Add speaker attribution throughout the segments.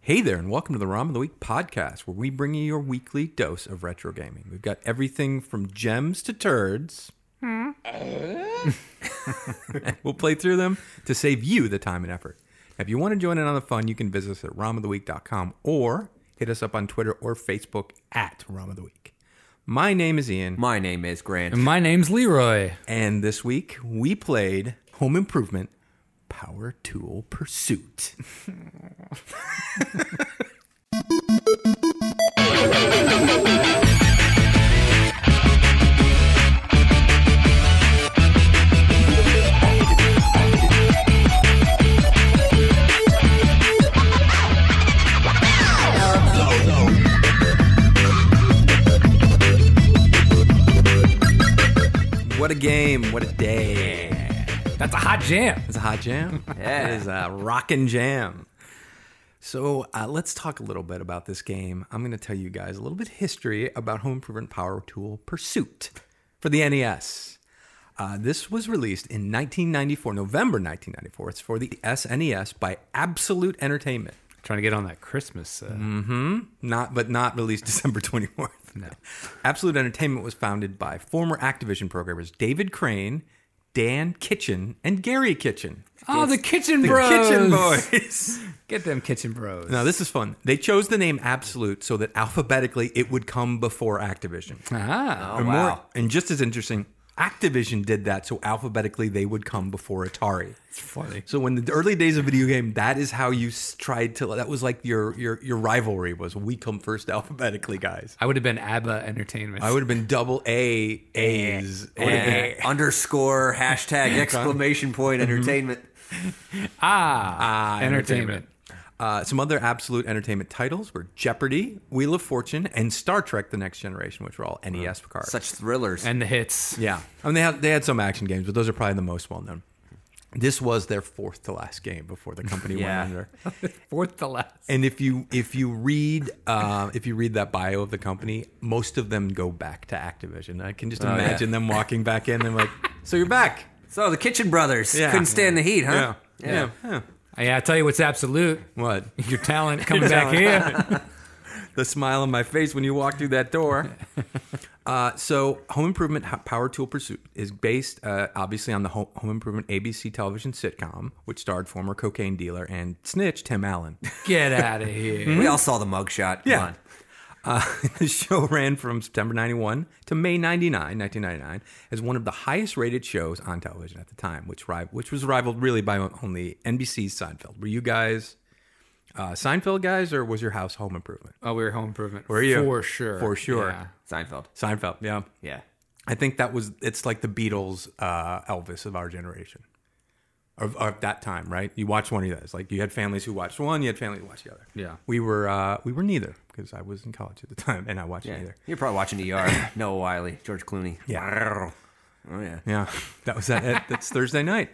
Speaker 1: Hey there, and welcome to the ROM of the Week podcast, where we bring you your weekly dose of retro gaming. We've got everything from gems to turds. we'll play through them to save you the time and effort. If you want to join in on the fun, you can visit us at romoftheweek.com or hit us up on Twitter or Facebook at ROM of the Week. My name is Ian,
Speaker 2: My name is Grant.
Speaker 3: My name's Leroy.
Speaker 1: and this week we played Home Improvement Power Tool Pursuit. What a game! What a day!
Speaker 3: That's a hot jam.
Speaker 1: It's a hot jam. yeah. It is a rockin' jam. So uh, let's talk a little bit about this game. I'm going to tell you guys a little bit history about Home Improvement Power Tool Pursuit for the NES. Uh, this was released in 1994, November 1994. It's for the SNES by Absolute Entertainment
Speaker 3: Trying to get on that Christmas. Uh,
Speaker 1: Mm. not but not released December 24th. No. Absolute Entertainment was founded by former Activision programmers David Crane, Dan Kitchen, and Gary Kitchen.
Speaker 3: Oh, the kitchen
Speaker 1: The
Speaker 3: bros.
Speaker 1: Kitchen Boys.
Speaker 3: Get them kitchen bros.
Speaker 1: Now this is fun. They chose the name Absolute so that alphabetically it would come before Activision.
Speaker 3: ah,
Speaker 1: And
Speaker 2: wow.
Speaker 1: and just as interesting, Activision did that so alphabetically they would come before Atari.
Speaker 3: it's funny.
Speaker 1: So when the early days of video game, that is how you s- tried to. That was like your your your rivalry was we come first alphabetically, guys.
Speaker 3: I would have been ABBA Entertainment.
Speaker 1: I would have been double A A's. Eh.
Speaker 2: And underscore hashtag exclamation point entertainment.
Speaker 3: ah,
Speaker 1: Entertainment. Uh, some other absolute entertainment titles were Jeopardy, Wheel of Fortune, and Star Trek: The Next Generation, which were all NES cards.
Speaker 2: Such thrillers.
Speaker 3: and the hits.
Speaker 1: Yeah, I mean they had they had some action games, but those are probably the most well known. This was their fourth to last game before the company
Speaker 2: Yeah.
Speaker 1: went under.
Speaker 3: Fourth to last.
Speaker 1: And if you if you read uh, if you read that bio of the company, most of them go back to Activision. I can just
Speaker 2: yeah.
Speaker 1: imagine them walking back in and like, so you're back.
Speaker 2: so the Kitchen Brothers
Speaker 1: Yeah.
Speaker 2: couldn't stand the heat, huh?
Speaker 1: Yeah. Yeah. yeah.
Speaker 3: Yeah, I tell you what's absolute.
Speaker 1: What?
Speaker 3: Your talent coming back here.
Speaker 1: the smile on my face when you walk through that door. Uh, so, Home Improvement Ho- Power Tool Pursuit is based uh, obviously on the Ho- Home Improvement ABC television sitcom, which starred former cocaine dealer and snitch Tim Allen.
Speaker 3: Get out of here.
Speaker 2: We all saw the mugshot. Come
Speaker 1: Yeah.
Speaker 2: on.
Speaker 1: Uh, the show ran from September 91 to May 99, 1999, as one of the highest rated shows on television at the time, which, ri- which was rivaled really by only NBC's Seinfeld. Were you guys uh, Seinfeld guys, or was your house Home Improvement?
Speaker 3: Oh, we were home improvement.
Speaker 1: Were you?
Speaker 3: For sure.
Speaker 1: For sure.
Speaker 3: Yeah.
Speaker 2: Seinfeld.
Speaker 1: Seinfeld, yeah.
Speaker 2: Yeah.
Speaker 1: I think that was it's like the Beatles, uh, Elvis of our generation, of, of that time, right? You watched one of those. Like you had families who watched one, you had families who watched the other.
Speaker 3: Yeah.
Speaker 1: we were uh, we were neither because I was in college at the time and I watched
Speaker 2: Yeah.
Speaker 1: neither.
Speaker 2: You're probably watching ER. Noah Wiley, George Clooney.
Speaker 1: Yeah.
Speaker 2: Oh, yeah.
Speaker 1: Yeah, that was that. That's Thursday night.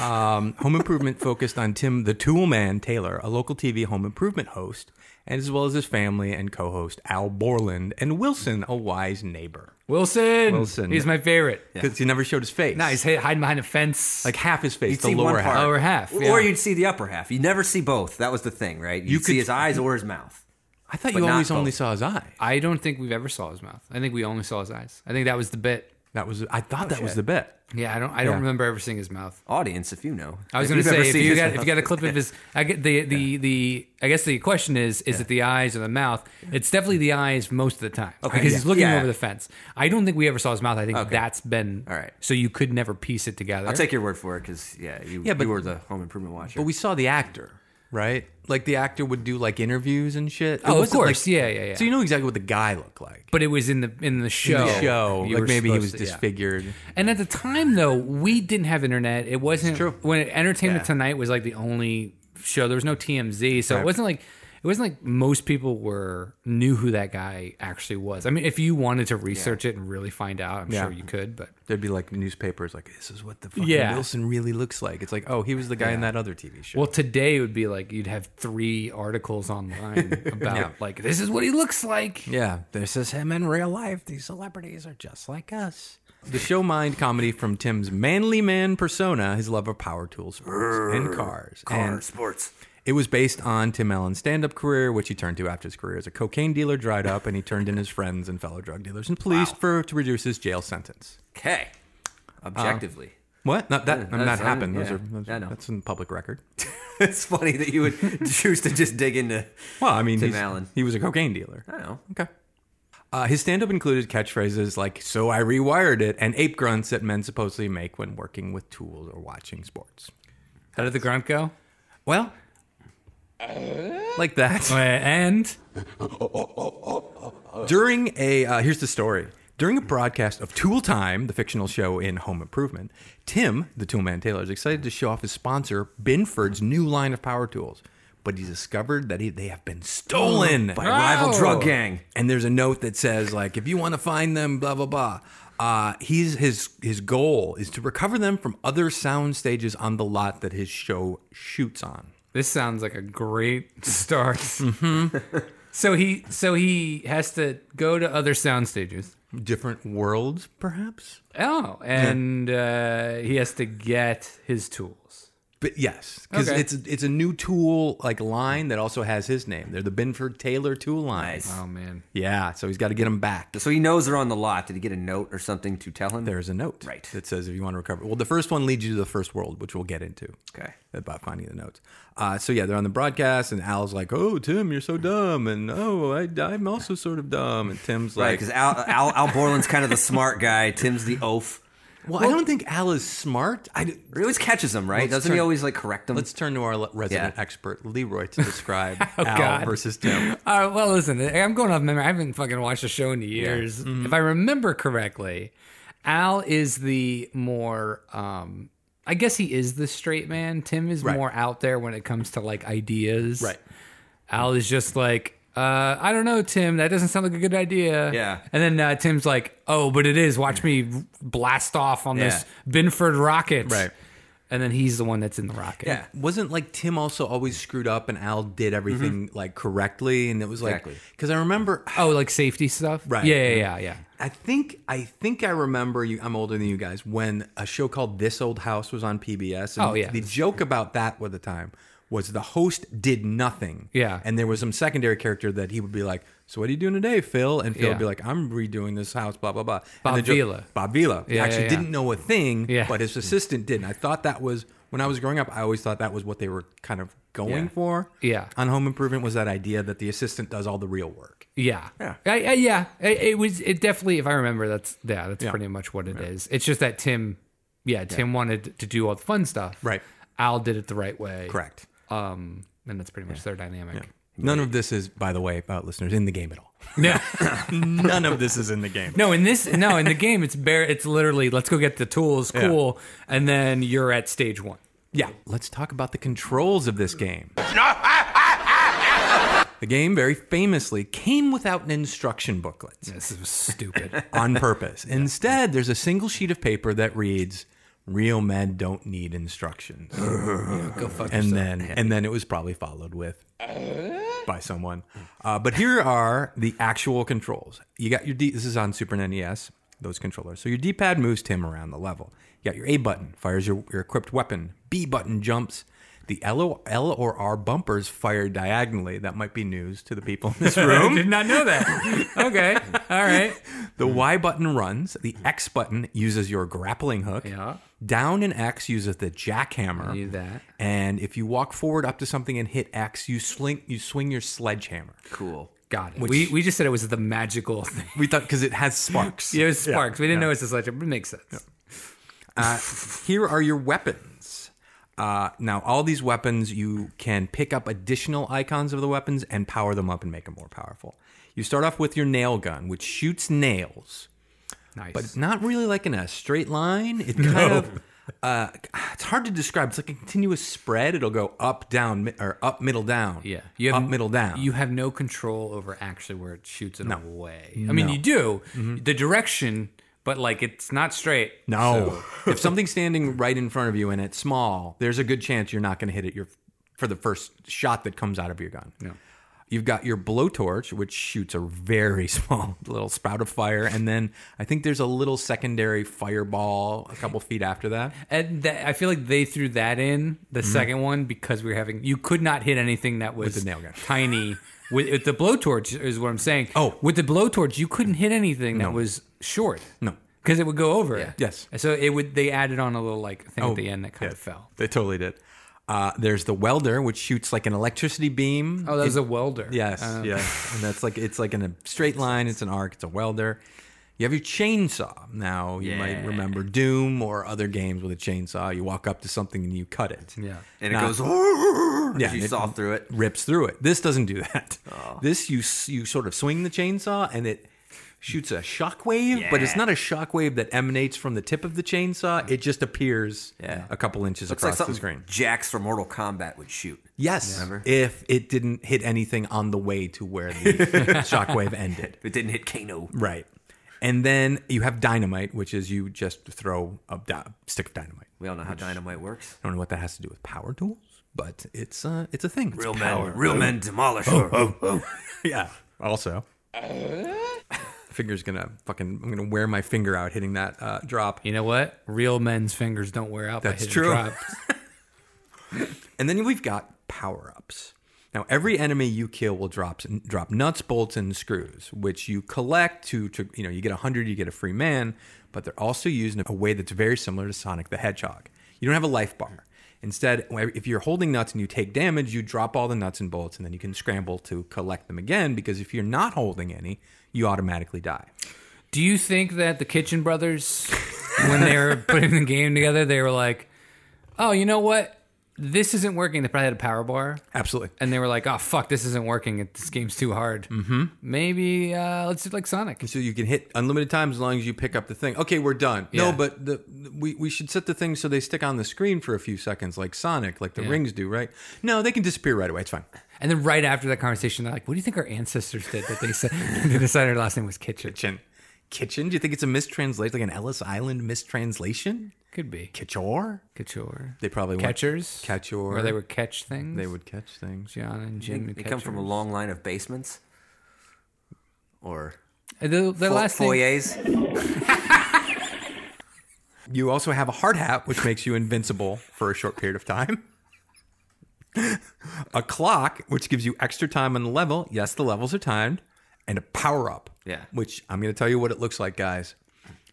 Speaker 1: Um, home Improvement focused on Tim the Tool Man Taylor, a local TV home improvement host, and as well as his family and co-host Al Borland and Wilson, a wise neighbor,
Speaker 3: Wilson.
Speaker 1: Wilson.
Speaker 3: He's my favorite.
Speaker 1: because he never showed his face.
Speaker 3: Nah, he's hi- hiding behind a fence.
Speaker 1: like half his face,
Speaker 2: You'd
Speaker 1: the
Speaker 2: see
Speaker 1: lower
Speaker 2: one part.
Speaker 1: half.
Speaker 3: Lower half,
Speaker 2: Or-
Speaker 3: yeah.
Speaker 2: Or you'd see the upper half. You never see both. That was the thing, right? You'd
Speaker 1: You
Speaker 2: see
Speaker 1: could-
Speaker 2: his eyes or his mouth.
Speaker 1: I thought
Speaker 2: But
Speaker 1: you
Speaker 2: not
Speaker 1: always only
Speaker 2: both.
Speaker 1: saw his eye.
Speaker 3: I don't think we've ever saw his mouth. I think we only saw his eyes. I think that was the bit.
Speaker 1: That was I thought that was the bet.
Speaker 3: Yeah, I don't. I don't
Speaker 1: Yeah.
Speaker 3: remember ever seeing his mouth.
Speaker 2: Audience, if you know.
Speaker 3: I was
Speaker 2: going to
Speaker 3: say if you
Speaker 2: his
Speaker 3: got if you
Speaker 2: mouth.
Speaker 3: got a clip of his, I get the the the. I guess the question is, is it the eyes or the mouth? It's definitely the eyes most of the time
Speaker 2: Okay,
Speaker 3: because
Speaker 2: yeah.
Speaker 3: he's looking
Speaker 2: Yeah.
Speaker 3: over the fence. I don't think we ever saw his mouth. I think that's been
Speaker 2: All right.
Speaker 3: So you could never piece it together.
Speaker 2: I'll take your word for it because, yeah, you,
Speaker 1: Yeah, but-
Speaker 2: you were the home improvement watcher.
Speaker 1: But we saw the actor, right? Like the actor would do like interviews and shit. It
Speaker 3: Oh, of
Speaker 1: wasn't,
Speaker 3: course. Yeah, yeah, yeah.
Speaker 1: So you know exactly what the guy looked like.
Speaker 3: but it was in the in the show.
Speaker 1: In the show,
Speaker 3: You
Speaker 1: like
Speaker 3: were
Speaker 1: maybe he was
Speaker 3: supposed to- yeah.
Speaker 1: disfigured.
Speaker 3: And at the time, though, we didn't have internet. It wasn't
Speaker 1: true.
Speaker 3: when Entertainment
Speaker 2: Yeah.
Speaker 3: Tonight was like the only show. There was no TMZ, so
Speaker 1: Right.
Speaker 3: it wasn't like it wasn't like most people were knew who that guy actually was. I mean, if you wanted to research it and really find out, I'm
Speaker 1: Yeah.
Speaker 3: sure you could. But
Speaker 1: There'd be like newspapers, like this is what the fucking
Speaker 3: Yeah.
Speaker 1: Wilson really looks like. It's like, oh, he was the guy in that other TV show.
Speaker 3: well, today it would be like you'd have three articles online about like this is what he looks like.
Speaker 1: Yeah, this is him in real life. These celebrities are just like us. The show mind comedy from Tim's manly man persona, his love of power tools, sports, and cars.
Speaker 2: Car,
Speaker 1: And
Speaker 2: sports.
Speaker 1: It was based on Tim Allen's stand up career, which he turned to after his career as a cocaine dealer dried up, and he turned in his friends and fellow drug dealers and police for to reduce his jail sentence.
Speaker 2: Okay. Objectively.
Speaker 1: What? Not that. I mean, that
Speaker 2: that's-
Speaker 1: happened. Those
Speaker 2: yeah.
Speaker 1: are, those,
Speaker 2: I know.
Speaker 1: That's in public record.
Speaker 2: it's funny that you would choose to just dig into.
Speaker 1: Well, I mean,
Speaker 2: Tim
Speaker 1: he's-
Speaker 2: Allen.
Speaker 1: he was a cocaine dealer.
Speaker 2: I don't know.
Speaker 1: Okay. Uh, his stand up included catchphrases like, so I rewired it, and ape grunts that men supposedly make when working with tools or watching sports.
Speaker 3: How did the grunt go?
Speaker 1: Well, like that.
Speaker 2: Oh,
Speaker 3: Uh, And
Speaker 1: During a, uh, here's the story. During a broadcast of Tool Time, the fictional show in Home Improvement, Tim, the tool man Taylor, is excited to show off his sponsor, Binford's new line of power tools. But he discovered that he, they have been stolen by
Speaker 2: A rival
Speaker 3: Oh.
Speaker 2: drug gang.
Speaker 1: and there's a note that says like if you want to find them blah blah blah uh, he's his his goal is to recover them from other sound stages on the lot that his show shoots on
Speaker 3: this sounds like a great start.
Speaker 1: Mm-hmm.
Speaker 3: So he so he has to go to other sound stages.
Speaker 1: different worlds perhaps
Speaker 3: Oh, and uh, he has to get his tools.
Speaker 1: but yes because
Speaker 3: Okay.
Speaker 1: it's it's a new tool like line that also has his name they're the binford taylor tool lines
Speaker 2: Nice.
Speaker 3: Oh man,
Speaker 1: yeah so he's got to get them back
Speaker 2: So he knows they're on the lot. Did he get a note or something to tell him?
Speaker 1: there's a note
Speaker 2: Right.
Speaker 1: that says if you want to recover well the first one leads you to the first world which we'll get into
Speaker 2: Okay.
Speaker 1: about finding the notes. Uh, so yeah, they're on the broadcast, and Al's like, "Oh, Tim, you're so dumb," and "Oh, I, I'm also sort of dumb," and Tim's
Speaker 2: Right,
Speaker 1: like,
Speaker 2: because Al, Al, Al Borland's kind of the smart guy. Tim's the oaf.
Speaker 1: well, I don't think Al is smart. I, d-
Speaker 2: He always catches him, right?
Speaker 1: Let's
Speaker 2: Doesn't
Speaker 1: turn-
Speaker 2: he always like correct him?
Speaker 1: let's turn to our le- resident
Speaker 2: Yeah. Oh,
Speaker 1: expert Leroy to describe Al
Speaker 3: God.
Speaker 1: versus Tim.
Speaker 3: Uh, well, listen, I'm going off memory. I haven't fucking watched the show in years.
Speaker 1: Mm-hmm.
Speaker 3: If I remember correctly, Al is the more, um, I guess he is the straight man. Tim is
Speaker 1: Right.
Speaker 3: more out there when it comes to like ideas.
Speaker 1: Right.
Speaker 3: Al is just like, uh, I don't know, Tim. That doesn't sound like a good idea.
Speaker 2: Yeah.
Speaker 3: And then uh, Tim's like, Oh, but it is. Watch me blast off on this Binford rocket.
Speaker 1: Right.
Speaker 3: And then he's the one that's in the rocket.
Speaker 2: Yeah.
Speaker 1: Wasn't like Tim also always screwed up, and Al did everything like correctly, and it was like
Speaker 2: Mm-hmm. Exactly.
Speaker 1: because I remember
Speaker 3: Oh, like safety stuff.
Speaker 1: Right. Mm-hmm.
Speaker 3: Yeah. Yeah. Yeah. yeah.
Speaker 1: I think I think I remember you. I'm older than you guys. When a show called This Old House was on PBS, and
Speaker 3: Oh, yeah.
Speaker 1: the joke about that at the time was the host did nothing.
Speaker 3: Yeah.
Speaker 1: and there was some secondary character that he would be like, "So what are you doing today, Phil?" And Phil
Speaker 3: Yeah.
Speaker 1: would be like, "I'm redoing this house." Blah blah blah.
Speaker 3: Bob
Speaker 1: and the jo-
Speaker 3: Vila.
Speaker 1: Bob Vila
Speaker 3: Yeah,
Speaker 1: actually
Speaker 3: yeah, yeah.
Speaker 1: didn't know a thing,
Speaker 3: Yeah.
Speaker 1: but his assistant didn't. I thought that was when I was growing up. I always thought that was what they were kind of going
Speaker 2: Yeah.
Speaker 1: for.
Speaker 3: Yeah.
Speaker 1: on Home Improvement was that idea that the assistant does all the real work.
Speaker 3: Yeah,
Speaker 2: Yeah.
Speaker 3: I, I, yeah. It, it was. It definitely. If I remember, that's yeah. That's
Speaker 1: Yeah.
Speaker 3: pretty much what it is. It's just that Tim, yeah, Tim wanted to do all the fun stuff.
Speaker 1: Right.
Speaker 3: Al did it the right way.
Speaker 1: Correct.
Speaker 3: Um, and that's pretty much their dynamic.
Speaker 1: None of this is, by the way, uh, listeners, in the game at all.
Speaker 3: No,
Speaker 1: None of this is in the game.
Speaker 3: no. In this, no. In the game, it's bare. It's literally let's go get the tools.
Speaker 1: Yeah.
Speaker 3: Cool. And then you're at stage one.
Speaker 1: Yeah. Let's talk about the controls of this game. the game very famously came without an instruction booklet
Speaker 3: This is stupid.
Speaker 1: on purpose. Instead, there's a single sheet of paper that reads, Real men don't need instructions.
Speaker 3: go fuck
Speaker 1: and then and then it was probably followed with by someone. Uh, but here are the actual controls. You got your D. This is on Super NES. Those controllers. So your D-pad moves Tim around the level. You got your A button fires your, your equipped weapon. B button jumps. The L or, L or R bumpers fire diagonally. That might be news to the people in this
Speaker 3: I
Speaker 1: room.
Speaker 3: did not know that. okay. All right.
Speaker 1: the Y button runs. The X button uses your grappling hook.
Speaker 3: Hmm. Yeah.
Speaker 1: Down and X uses the jackhammer.
Speaker 3: Knew that.
Speaker 1: And if you walk forward up to something and hit X, you sling you swing your sledgehammer.
Speaker 2: cool.
Speaker 3: Got it. we we just said it was the magical thing.
Speaker 1: We thought because it has sparks.
Speaker 3: Yeah, it was sparks. we didn't know it's a sledgehammer. but It makes sense.
Speaker 1: Uh, Here are your weapons. Uh, now, all these weapons, you can pick up additional icons of the weapons and power them up and make them more powerful. You start off with your nail gun, which shoots nails,
Speaker 3: Nice.
Speaker 1: but not really like in a straight line. It kind of uh, it's hard to describe. It's like a continuous spread. It'll go up, down, mi- or up, middle, down.
Speaker 3: Yeah,
Speaker 1: you up, middle, down.
Speaker 3: You have no control over actually where it shoots it away. I mean, you do the direction, but like it's not straight.
Speaker 1: Mm-hmm. No. if something's standing right in front of you and it's small, there's a good chance you're not going to hit it your, for the first shot that comes out of your gun.
Speaker 3: No.
Speaker 1: You've got your blowtorch, which shoots a very small little spout of fire, and then I think there's a little secondary fireball a couple feet after that.
Speaker 3: And that, I feel like they threw that in the
Speaker 1: Mm-hmm.
Speaker 3: second one because we were having you could not hit anything that was
Speaker 1: the nail gun.
Speaker 3: tiny. With, with the blowtorch is what I'm saying.
Speaker 1: Oh.
Speaker 3: with the blowtorch you couldn't hit anything that was short.
Speaker 1: No.
Speaker 3: because it would go over.
Speaker 1: Yes. Oh,
Speaker 3: So it would. They added on a little like thing at the end that kind of
Speaker 1: Yeah,
Speaker 3: fell.
Speaker 1: They totally did. Uh, there's the welder, which shoots like an electricity beam.
Speaker 3: Oh, that was
Speaker 1: It-
Speaker 3: a welder. Uh,
Speaker 1: Yes,
Speaker 2: oh.
Speaker 1: yes, and that's like it's like in a straight line. It's an arc. It's a welder. You have your chainsaw. Now you might
Speaker 2: Yeah.
Speaker 1: remember Doom or other games with a chainsaw. You walk up to something and you cut it.
Speaker 3: Yeah.
Speaker 2: and
Speaker 1: Nah.
Speaker 2: it goes. "Arr!"
Speaker 1: Yeah,
Speaker 2: as you
Speaker 1: it-
Speaker 2: saw through it.
Speaker 1: rips through it. This doesn't do that.
Speaker 2: Oh.
Speaker 1: This you s- you sort of swing the chainsaw and it shoots a shockwave, but it's
Speaker 2: Yeah.
Speaker 1: not a shockwave that emanates from the tip of the chainsaw. It just appears
Speaker 2: Yeah.
Speaker 1: a couple inches
Speaker 2: Looks like
Speaker 1: across
Speaker 2: something
Speaker 1: the screen.
Speaker 2: Jax from Mortal Kombat would shoot.
Speaker 1: Yes, if it didn't hit anything on the way to where the shockwave ended.
Speaker 2: If it didn't hit Kano,
Speaker 1: Right. And then you have dynamite, which is you just throw a di- stick of dynamite. I
Speaker 2: we all know how dynamite works.
Speaker 1: don't know what that has to do with power tools, but it's uh, it's a thing. It's
Speaker 2: Real
Speaker 1: power.
Speaker 2: men, real men demolish. Oh, oh,
Speaker 1: Yeah. Also, finger's gonna fucking. I'm gonna wear my finger out hitting that uh, drop.
Speaker 3: You know what? Real men's fingers don't wear out.
Speaker 1: That's
Speaker 3: by hitting
Speaker 1: true.
Speaker 3: drops.
Speaker 1: And then we've got power ups. Now, every enemy you kill will drop drop nuts, bolts, and screws, which you collect to, to you know you get a hundred, you get a free man. But they're also used in a way that's very similar to Sonic the Hedgehog. You don't have a life bar. Instead, if you're holding nuts and you take damage, you drop all the nuts and bolts, and then you can scramble to collect them again. Because if you're not holding any, you automatically die.
Speaker 3: Do you think that the Kitchen Brothers, when they were putting the game together, they were like, "Oh, you know what? This isn't working." They probably had a power bar,
Speaker 1: Absolutely.
Speaker 3: and they were like, "Oh, fuck, this isn't working. It- This game's too hard. Mm-hmm. Maybe uh, let's do like Sonic."
Speaker 1: So you can hit unlimited times as long as you pick up the thing. Okay, we're done. No,
Speaker 3: Yeah.
Speaker 1: but the we, we should set the things so they stick on the screen for a few seconds, like Sonic, like the rings do, right? No, they can disappear right away. It's fine.
Speaker 3: And then right after that conversation, they're like, "What do you think our ancestors did that they said they decided our last name was Kitchen?"
Speaker 1: Kitchen. Kitchen? Do you think it's a mistranslation, like an Ellis Island mistranslation?
Speaker 3: Could be
Speaker 1: Kitchor?
Speaker 3: Kitchor.
Speaker 1: They probably want-
Speaker 3: catchers.
Speaker 1: Catchor.
Speaker 3: Where they would catch things.
Speaker 1: They would catch things.
Speaker 3: John and Jim.
Speaker 2: They come from a
Speaker 3: catchers.
Speaker 2: long line of basements, or
Speaker 3: Uh, The, the
Speaker 2: fo-
Speaker 3: last name-
Speaker 2: foyers.
Speaker 1: You also have a hard hat, which makes you invincible for a short period of time. a clock, which gives you extra time on the level. Yes, the levels are timed. And a power up.
Speaker 2: Yeah.
Speaker 1: Which I'm going to tell you what it looks like, guys.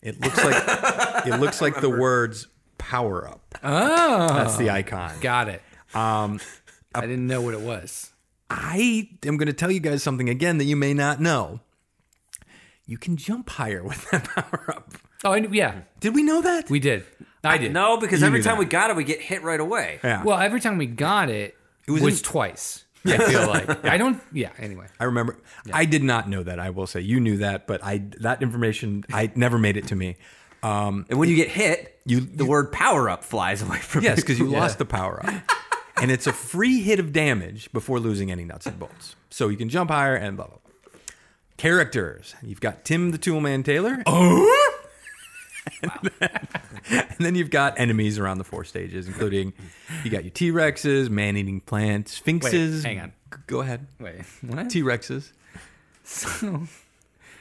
Speaker 1: It looks like it looks like the words power up. Oh. That's the icon.
Speaker 3: Got it. Um, I didn't know what it was.
Speaker 1: I am going to tell you guys something again that you may not know. You can jump higher with that power up.
Speaker 3: Oh, I, knew- yeah,
Speaker 1: Did we know that?
Speaker 3: we did. I did.
Speaker 2: No, because
Speaker 1: You
Speaker 2: every
Speaker 1: knew
Speaker 2: time
Speaker 1: that.
Speaker 2: we got it, we get hit right away.
Speaker 1: yeah.
Speaker 3: Well, every time we got it, it
Speaker 1: was
Speaker 3: was,
Speaker 1: in-
Speaker 3: twice. Yeah. I feel like I don't. Yeah. Anyway,
Speaker 1: I remember. I did not know that. I will say you knew that, but I that information I never made it to me.
Speaker 2: And when you get hit,
Speaker 1: You-
Speaker 2: the
Speaker 1: you-
Speaker 2: word power up flies away from
Speaker 1: Yes, because you
Speaker 2: Yeah.
Speaker 1: lost the power up, and it's a free hit of damage before losing any nuts and bolts. So you can jump higher and blah blah. blah. Characters. You've got Tim the Toolman Taylor. Oh. and, then, and then you've got enemies around the four stages, including you got your T Rexes, man eating plants, sphinxes.
Speaker 3: hang on.
Speaker 1: G- Go ahead.
Speaker 3: wait. What?
Speaker 1: T Rexes.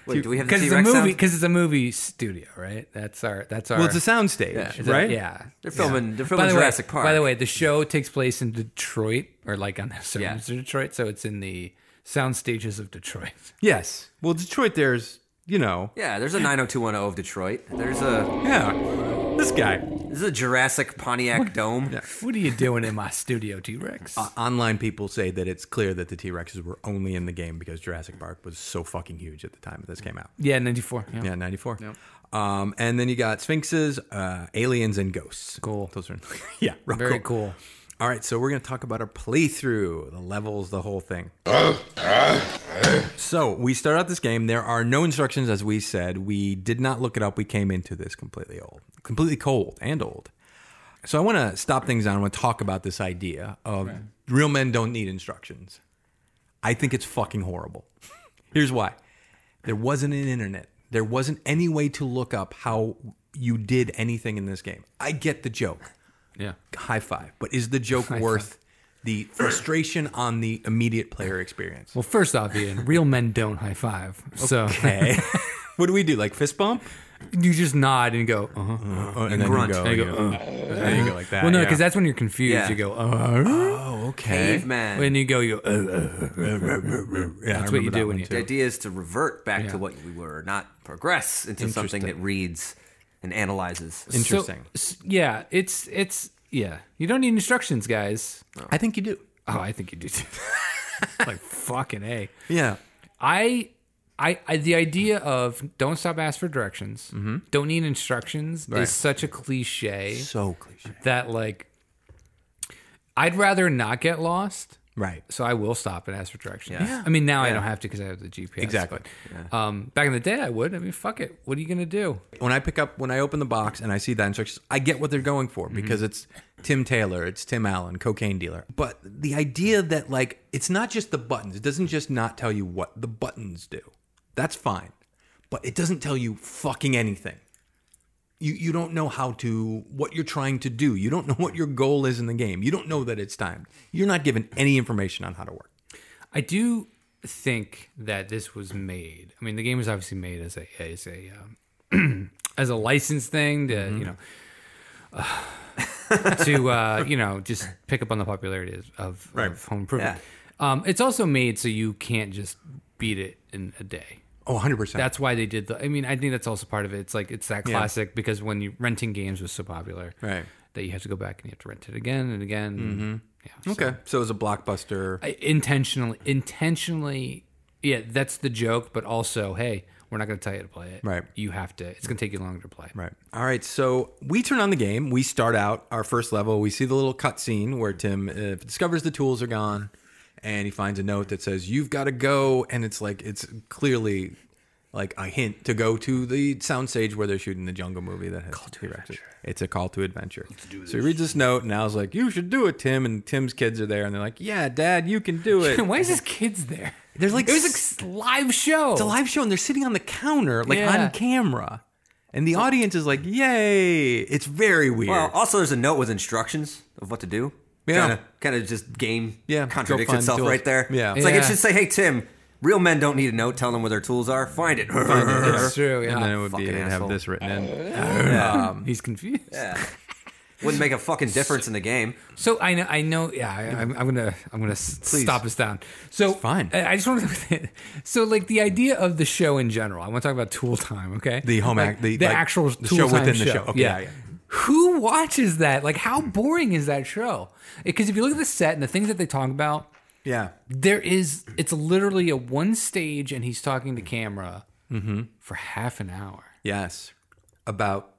Speaker 2: Wait, do we have the
Speaker 3: Because it's a
Speaker 2: T-Rex
Speaker 3: movie.
Speaker 2: sound?
Speaker 3: Because it's a movie studio, right? That's our. That's our.
Speaker 1: Well, it's a soundstage,
Speaker 3: is that-
Speaker 1: right?
Speaker 3: Yeah.
Speaker 2: They're filming. They're
Speaker 3: By
Speaker 2: filming
Speaker 3: the
Speaker 2: Jurassic
Speaker 3: way,
Speaker 2: Park.
Speaker 3: By the way, the show takes place in Detroit, or like on the suburbs
Speaker 2: Yeah.
Speaker 3: of Detroit, so it's in the sound stages of Detroit.
Speaker 1: Yes. Well, Detroit, there's, you know,
Speaker 2: yeah, there's a 90210 of Detroit. There's a
Speaker 1: yeah, this guy.
Speaker 2: there's a Jurassic Pontiac Dome.
Speaker 3: What are you doing in my studio, T Rex?
Speaker 2: Uh,
Speaker 1: Online people say that it's clear that the T Rexes were only in the game because Jurassic Park was so fucking huge at the time that this came out.
Speaker 3: yeah, ninety four. Yeah.
Speaker 1: Yeah, 94. Um, and then you got Sphinxes, uh, aliens, and ghosts.
Speaker 3: Cool.
Speaker 1: Those are, yeah, real
Speaker 3: Very cool.
Speaker 1: All right, so we're going to talk about our playthrough, the levels, the whole thing. so we start out this game. There are no instructions, as we said. We did not look it up. We came into this completely old, completely cold and old. So I want to stop things down. I want to talk about this idea of real men don't need instructions. I think it's fucking horrible. Here's why there wasn't an internet. There wasn't any way to look up how you did anything in this game. I get the joke
Speaker 3: Yeah.
Speaker 1: high five. But is the joke worth the frustration on the immediate player experience.
Speaker 3: Well, first off, Ian, real men don't high five. So
Speaker 1: Okay. what do we do? Like fist bump?
Speaker 3: you just nod and go, uh-huh.
Speaker 1: Oh, and, then
Speaker 2: grunt.
Speaker 1: You go, Uh.
Speaker 3: And
Speaker 1: yeah.
Speaker 3: you go,
Speaker 1: And then you go like that.
Speaker 3: Well, no,
Speaker 1: yeah.
Speaker 3: because that's when you're confused.
Speaker 2: Yeah.
Speaker 3: You go, uh
Speaker 1: Oh, okay.
Speaker 2: Caveman.
Speaker 3: When you go, you go, uh, uh.
Speaker 1: Yeah,
Speaker 3: That's what you do when you
Speaker 2: the idea is to revert back to what we were, not progress into
Speaker 1: Interesting.
Speaker 2: something that reads and analyzes.
Speaker 3: So-
Speaker 1: Interesting.
Speaker 3: s- yeah, it's it's yeah. You don't need instructions, guys.
Speaker 1: I think you do.
Speaker 3: Oh, I think you do too. like fucking a.
Speaker 1: Yeah.
Speaker 3: I, I, I, the idea of don't stop, ask for directions, don't need instructions is such a cliche
Speaker 1: So cliche.
Speaker 3: that like, I'd rather not get lost,
Speaker 1: Right.
Speaker 3: so I will stop and ask for directions. I mean, now I don't have to because I have the GPS.
Speaker 1: Exactly.
Speaker 3: but, um, back in the day, I would. I mean, fuck it. What are you gonna do?
Speaker 1: When I pick up, when I open the box and I see that instructions, I get what they're going for because it's Tim Taylor, it's Tim Allen, cocaine dealer. But the idea that, like, it's not just the buttons, it doesn't just not tell you what the buttons do. That's fine. But it doesn't tell you fucking anything. You, you don't know how to what you're trying to do. You don't know what your goal is in the game. You don't know that it's timed. You're not given any information on how to work.
Speaker 3: I do think that this was made. I mean, the game was obviously made as a as a um, as a license thing to you know to uh, you know just pick up on the popularity of, of, of home improvement. Um, it's also made so you can't just beat it in a day.
Speaker 1: Oh, 100%.
Speaker 3: That's why they did the. I mean, I think that's also part of it. It's like it's that classic because when you renting games was so popular,
Speaker 1: Right. Mm-hmm.
Speaker 3: That you have to go back and you have to rent it again and again. Yeah, so-
Speaker 1: okay. So it was a blockbuster.
Speaker 3: I- intentionally intentionally yeah that's the joke but also hey we're not going to tell you to play it
Speaker 1: Right.
Speaker 3: you have to it's going to take you longer to play
Speaker 1: Right. All right. So we turn on the game. We start out our first level. We see the little cutscene where Tim uh, discovers the tools are gone, and he finds a note that says "You've got to go," and it's like it's clearly like a hint to go to the soundstage where they're shooting the Jungle movie. That has call to adventure. It's a call to adventure. So he reads this note, and I was like, "You should do it, Tim." And Tim's kids are there, and they're like, "Yeah, Dad, you can do it."
Speaker 3: why is his kids there
Speaker 1: There's like
Speaker 3: it was a live show
Speaker 1: it's a live show and they're sitting on the counter like
Speaker 3: Yeah.
Speaker 1: on camera and the audience is like yay it's very weird
Speaker 2: Well, also there's a note with instructions of what to do.
Speaker 1: Yeah.
Speaker 2: kind of just game.
Speaker 1: Yeah,
Speaker 2: contradicts
Speaker 1: go find
Speaker 2: itself
Speaker 1: tools.
Speaker 2: right there.
Speaker 1: Yeah.
Speaker 2: it's like it
Speaker 3: Yeah.
Speaker 2: should say, "Hey Tim, real men don't need a note telling them where their tools are. Find it."
Speaker 3: that's true yeah
Speaker 1: and then it would be
Speaker 2: Fucking
Speaker 1: they'd have
Speaker 2: asshole.
Speaker 1: this written in
Speaker 3: he's confused
Speaker 2: Wouldn't make a fucking difference in the game.
Speaker 3: so i know i know yeah I, I'm, I'm gonna i'm gonna s stop us down so
Speaker 1: fine.
Speaker 3: i, I just want to so like the idea of the show in general i want to talk about tool time okay
Speaker 1: the home
Speaker 3: Like,
Speaker 1: act the,
Speaker 3: the
Speaker 1: like,
Speaker 3: actual
Speaker 1: the
Speaker 3: Tool
Speaker 1: show
Speaker 3: Time
Speaker 1: within the show okay yeah, yeah.
Speaker 3: Who watches that? Like, how boring is that show? Because if you look at the set and the things that they talk about,
Speaker 1: Yeah.
Speaker 3: there is it's literally a one stage, and he's talking to camera
Speaker 1: Mm-hmm.
Speaker 3: for half an hour
Speaker 1: yes about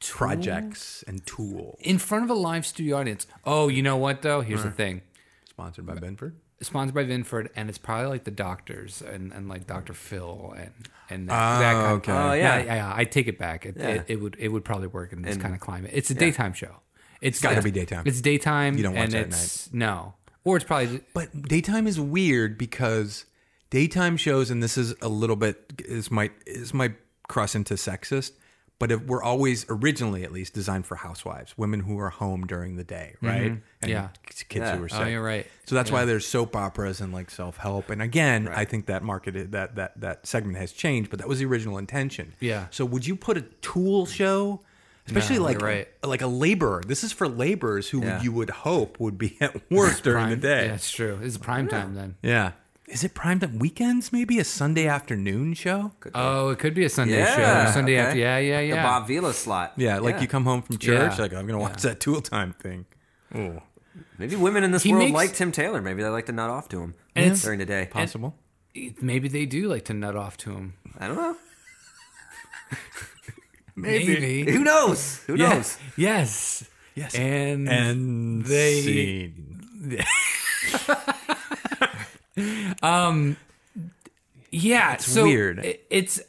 Speaker 1: projects and tool
Speaker 3: in front of a live studio audience. Oh, you know what though? Here's the thing.
Speaker 1: sponsored by benford
Speaker 3: Sponsored by Vinford, and it's probably like the doctors and, and like Doctor Phil and and that, that kind
Speaker 1: okay.
Speaker 3: Of,
Speaker 1: Oh,
Speaker 2: yeah.
Speaker 3: yeah, yeah. I take it back. It, it, it would it would probably work in this kind of climate. It's a daytime show. It's
Speaker 1: gotta
Speaker 3: it's-
Speaker 1: be daytime.
Speaker 3: It's daytime.
Speaker 1: You don't watch
Speaker 3: and
Speaker 1: that at
Speaker 3: it's, No, or it's probably
Speaker 1: but daytime is weird because daytime shows and this is a little bit is might is might cross into sexist but if we're always originally at least designed for housewives women who are home during the day right and
Speaker 3: Yeah.
Speaker 1: kids who are sick
Speaker 3: Oh, you're right.
Speaker 1: so that's why there's soap operas and like self-help and again i think that market that that that segment has changed but that was the original intention
Speaker 3: Yeah.
Speaker 1: so would you put a tool show especially
Speaker 3: No,
Speaker 1: like
Speaker 3: you're right.
Speaker 1: like a laborer this is for laborers who
Speaker 2: Yeah.
Speaker 1: you would hope would be at work during the
Speaker 3: prime-
Speaker 1: day
Speaker 3: Yeah, it's true. It's prime time then.
Speaker 1: yeah. Is it primed up weekends? Maybe a Sunday afternoon show?
Speaker 3: Oh, it could be a Sunday show.
Speaker 2: Yeah,
Speaker 3: or Sunday
Speaker 2: okay.
Speaker 3: after. Yeah, yeah, yeah.
Speaker 2: The Bob Vila slot.
Speaker 1: Yeah, like you come home from church,
Speaker 3: Yeah.
Speaker 1: like I'm gonna watch that Tool Time thing. Oh,
Speaker 2: Maybe women in this
Speaker 3: He
Speaker 2: world
Speaker 3: makes-
Speaker 2: like Tim Taylor. Maybe they like to nod off to him
Speaker 3: And it's-
Speaker 2: during the day.
Speaker 1: possible.
Speaker 3: Maybe they do like to nut off to him.
Speaker 2: I don't know.
Speaker 3: Maybe.
Speaker 2: Who knows? Who
Speaker 3: Yeah.
Speaker 2: knows?
Speaker 3: Yes.
Speaker 1: Yes.
Speaker 3: And
Speaker 1: And
Speaker 3: They-
Speaker 1: scene.
Speaker 3: yeah, it's so
Speaker 1: weird.
Speaker 3: It, it's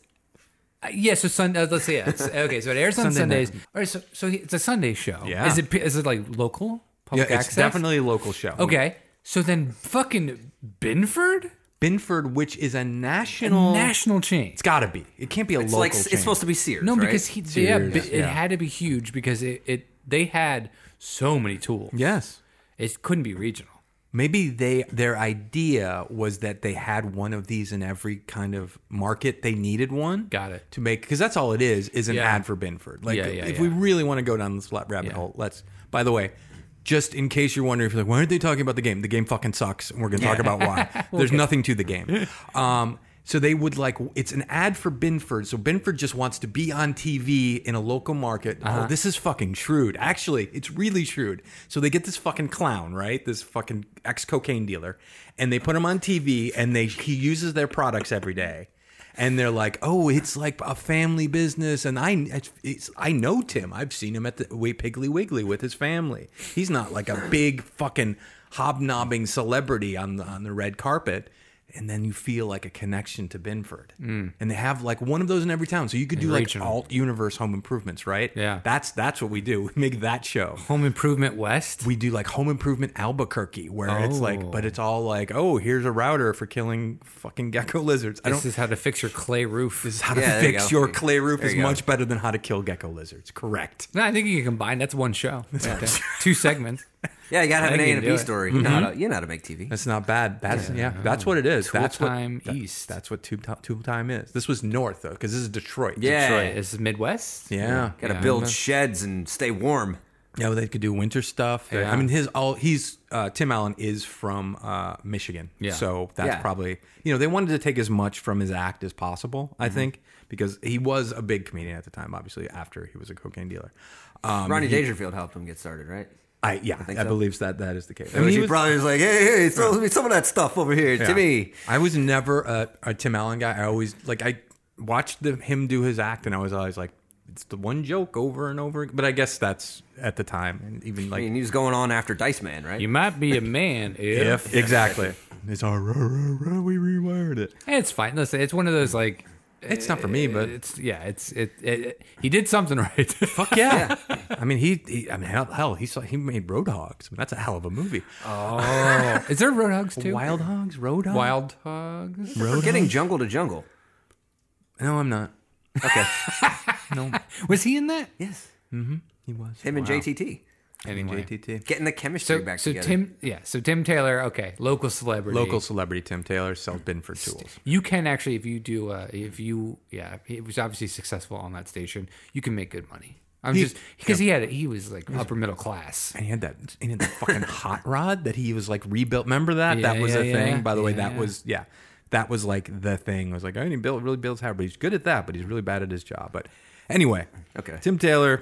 Speaker 3: uh, yeah. So Sun. Uh, let's see. Yeah. it's- okay. So it airs on
Speaker 1: Sunday night.
Speaker 3: Sundays. All right. So so he- it's a Sunday show.
Speaker 1: Yeah.
Speaker 3: Is it is it like local
Speaker 1: Yeah,
Speaker 3: public
Speaker 1: it's
Speaker 3: access?
Speaker 1: definitely a local show.
Speaker 3: okay. So then fucking Binford
Speaker 1: Binford, which is a national.
Speaker 3: national chain.
Speaker 1: it's got to be. It can't be a
Speaker 2: It's
Speaker 1: local.
Speaker 2: like
Speaker 1: chain.
Speaker 2: it's supposed to be Sears.
Speaker 3: No,
Speaker 2: right?
Speaker 3: because he yeah,
Speaker 1: Sears,
Speaker 3: but it
Speaker 1: yeah.
Speaker 3: had to be huge because it, it they had so many tools.
Speaker 1: Yes.
Speaker 3: It couldn't be regional.
Speaker 1: Maybe they their idea was that they had one of these in every kind of market they needed one.
Speaker 3: Got it.
Speaker 1: To make because that's all it is is an
Speaker 3: Yeah.
Speaker 1: ad for Binford. Like
Speaker 3: Yeah, yeah,
Speaker 1: if
Speaker 3: yeah.
Speaker 1: we really want to go down this la- rabbit
Speaker 3: Yeah.
Speaker 1: hole, let's. By the way, just in case you're wondering, if you're like, why aren't they talking about the game? The game fucking sucks, and we're going to talk about why. There's nothing to the game. Um, so they would like it's an ad for Binford. So Binford just wants to be on TV in a local market.
Speaker 3: Uh-huh.
Speaker 1: Oh, this is fucking shrewd. Actually, it's really shrewd. So they get this fucking clown, right? This fucking ex cocaine dealer, and they put him on TV, and they he uses their products every day and they're like, "Oh, it's like a family business." And I, it's, it's, I know Tim. I've seen him at the Wait Piggly Wiggly with his family. He's not like a big fucking hobnobbing celebrity on the on the red carpet. And then you feel like a connection to Binford,
Speaker 3: Mm.
Speaker 1: and they have like one of those in every town. So you could do like
Speaker 3: regional.
Speaker 1: alt universe home improvements, right?
Speaker 3: Yeah.
Speaker 1: that's that's what we do. We make that show
Speaker 3: Home Improvement West.
Speaker 1: we do like home improvement Albuquerque, where it's like,
Speaker 3: Oh.
Speaker 1: but it's all like, oh, here's a router for killing fucking gecko lizards. I don't.
Speaker 3: this is how to fix your clay roof.
Speaker 1: This is how to
Speaker 2: Yeah, there you
Speaker 1: fix
Speaker 2: go.
Speaker 1: your clay roof
Speaker 2: There
Speaker 1: is
Speaker 2: you go.
Speaker 1: much better than how to kill gecko lizards. Correct.
Speaker 3: no, I think you can combine. That's one show. Okay. Two segments.
Speaker 2: Yeah, you gotta have
Speaker 3: I
Speaker 2: an A
Speaker 3: can
Speaker 2: and a
Speaker 3: do
Speaker 2: B
Speaker 3: it.
Speaker 2: story. You, know how to, you know how to make TV.
Speaker 1: Mm-hmm. That's not bad. That's yeah. that's what it is.
Speaker 3: Tool
Speaker 1: that's
Speaker 3: Time
Speaker 1: what, that-
Speaker 3: East.
Speaker 1: that's what tube, Ti- tube time is. This was north though, because this is Detroit.
Speaker 2: Yeah.
Speaker 3: Detroit. This is Eh, Midwest.
Speaker 1: Yeah.
Speaker 2: Gotta
Speaker 3: Yeah.
Speaker 2: build sheds and stay warm.
Speaker 1: Yeah, well, they could do winter stuff.
Speaker 3: Yeah.
Speaker 1: I mean, his all he's uh, Tim Allen is from uh, Michigan,
Speaker 3: Yeah.
Speaker 1: so that's
Speaker 2: Yeah.
Speaker 1: probably you know they wanted to take as much from his act as possible.
Speaker 3: Mm-hmm.
Speaker 1: I think because he was a big comedian at the time, obviously after he was a cocaine dealer. Um,
Speaker 2: Ronnie Dangerfield helped him get started, right?
Speaker 1: I yeah, I,
Speaker 2: so.
Speaker 1: believe that that is the case. I
Speaker 2: I mean,
Speaker 1: mean,
Speaker 2: he,
Speaker 1: he was-
Speaker 2: probably was like, hey, hey, throw me some of that stuff over here,
Speaker 1: yeah.
Speaker 2: Timmy.
Speaker 1: I was never a, a Tim Allen guy. I always like I watched the, him do his act, and I was always like, it's the one joke over and over. But I guess that's at the time, and even
Speaker 2: I
Speaker 1: like
Speaker 2: mean, he was going on after Dice Man, right?
Speaker 3: You might be a man if.
Speaker 1: if exactly. It's our rah, rah, rah, we rewired it.
Speaker 3: It's fine. Listen, it's one of those like.
Speaker 1: It's not for me, but
Speaker 3: It's yeah. It's it. it, it he did something right.
Speaker 1: fuck yeah. I mean, he, he I mean, hell, hell he saw, he made Road Hogs. I mean, that's a hell of a movie.
Speaker 3: oh, is there road hogs too?
Speaker 1: Uh, Wild Hogs, Road Hogs.
Speaker 3: Wild hogs.
Speaker 1: Road
Speaker 2: Getting jungle to jungle.
Speaker 1: Hog- No, I'm not.
Speaker 2: Okay.
Speaker 3: Was he in that?
Speaker 2: yes.
Speaker 1: He was.
Speaker 2: Him and JTT.
Speaker 3: Anyway.
Speaker 1: JTT.
Speaker 2: Getting the chemistry
Speaker 3: So,
Speaker 2: back
Speaker 3: so
Speaker 2: together.
Speaker 3: Tim, yeah. So Tim Taylor, okay, local celebrity,
Speaker 1: Local celebrity Tim Taylor sells Binford tools.
Speaker 3: You can actually, if you do, uh, if you, yeah, he was obviously successful on that station. You can make good money. I'm
Speaker 1: He-
Speaker 3: just because he had, it. he was like upper middle class.
Speaker 1: And he had that, and he had that fucking hot rod that he was like rebuilt. Remember that? that
Speaker 3: Yeah,
Speaker 1: was
Speaker 3: yeah,
Speaker 1: a
Speaker 3: yeah.
Speaker 1: thing. By the way,
Speaker 3: Yeah,
Speaker 1: that
Speaker 3: yeah.
Speaker 1: was yeah, that was like the thing. I was like, I mean, built really builds hard, but he's good at that, but he's really bad at his job. But anyway,
Speaker 2: Okay.
Speaker 1: Tim Taylor,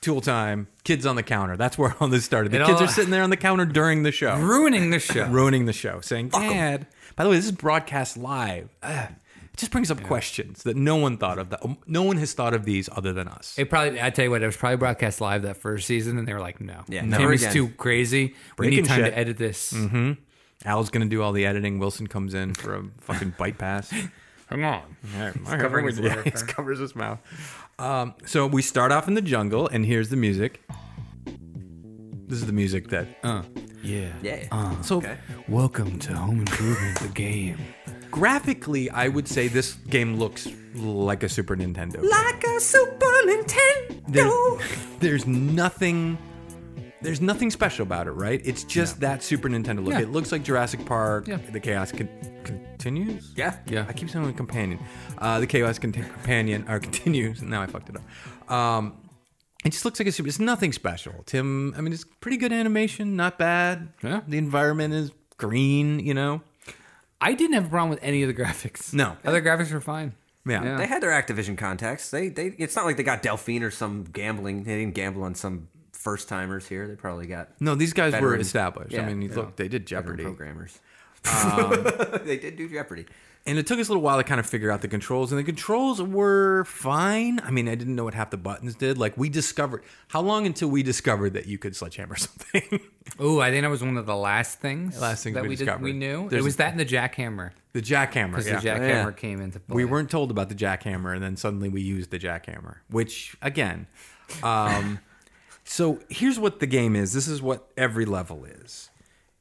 Speaker 1: tool time, kids on the counter. That's where all this started. The
Speaker 3: It
Speaker 1: kids
Speaker 3: all-
Speaker 1: are sitting there on the counter during the show.
Speaker 3: Ruining the show.
Speaker 1: ruining the show, saying,
Speaker 2: em.
Speaker 1: "Dad." By the way, this is broadcast live. Ugh. it just brings up questions that no one thought of. That um, no one has thought of these other than us.
Speaker 3: It probably, I tell you what, it was probably broadcast live that first season, and they were like, no,
Speaker 2: Yeah,
Speaker 3: Tim
Speaker 2: never
Speaker 3: is
Speaker 2: again.
Speaker 3: too crazy. we
Speaker 1: Breaking
Speaker 3: need time
Speaker 1: shit.
Speaker 3: to edit this.
Speaker 1: Mm-hmm. Al's gonna do all the editing. Wilson comes in for a fucking bite pass.
Speaker 3: Hang on.
Speaker 1: covering his yeah, it covers his mouth. Um, so we start off in the jungle, and here's the music. This is the music that. uh,
Speaker 3: Yeah.
Speaker 2: Yeah.
Speaker 1: so
Speaker 2: okay.
Speaker 3: Welcome to Home Improvement, the game.
Speaker 1: graphically, I would say this game looks like a Super Nintendo. game.
Speaker 2: Like a Super Nintendo.
Speaker 1: There- there's nothing there's nothing special about it, right? It's just that Super Nintendo look.
Speaker 3: Yeah.
Speaker 1: It looks like Jurassic Park.
Speaker 3: Yeah.
Speaker 1: The Chaos con- continues.
Speaker 2: Yeah.
Speaker 3: Yeah.
Speaker 1: I keep saying companion. Uh, the Chaos Con- companion or continues. Now I fucked it up. Um, it just looks like a super. It's nothing special. Tim. I mean, it's pretty good animation. Not bad.
Speaker 3: Yeah.
Speaker 1: The environment is green. You know.
Speaker 3: I didn't have a problem with any of the graphics.
Speaker 1: No.
Speaker 3: Other graphics were fine.
Speaker 1: Yeah.
Speaker 2: They had their Activision contacts. They they it's not like they got Delphine or some gambling. They didn't gamble on some first timers here. They probably got
Speaker 1: No, these guys were
Speaker 2: Veteran.
Speaker 1: established. I
Speaker 2: Yeah.
Speaker 1: mean, you look, they did
Speaker 2: veteran
Speaker 1: Jeopardy.
Speaker 2: programmers. Um, they did do Jeopardy.
Speaker 1: and it took us a little while to kind of figure out the controls and the controls were fine i mean i didn't know what half the buttons did like we discovered how long until we discovered that you could sledgehammer something
Speaker 3: Oh, I think that was one of the last things.
Speaker 1: Last things
Speaker 3: that
Speaker 1: we
Speaker 3: did,
Speaker 1: discovered.
Speaker 3: we knew.
Speaker 1: There's
Speaker 3: it was
Speaker 1: a-
Speaker 3: that and the jackhammer.
Speaker 1: the jackhammer
Speaker 3: Because
Speaker 1: yeah.
Speaker 3: the jackhammer
Speaker 2: Yeah.
Speaker 3: came into play.
Speaker 1: we weren't told about the jackhammer and then suddenly we used the jackhammer which again um, so here's what the game is this is what every level is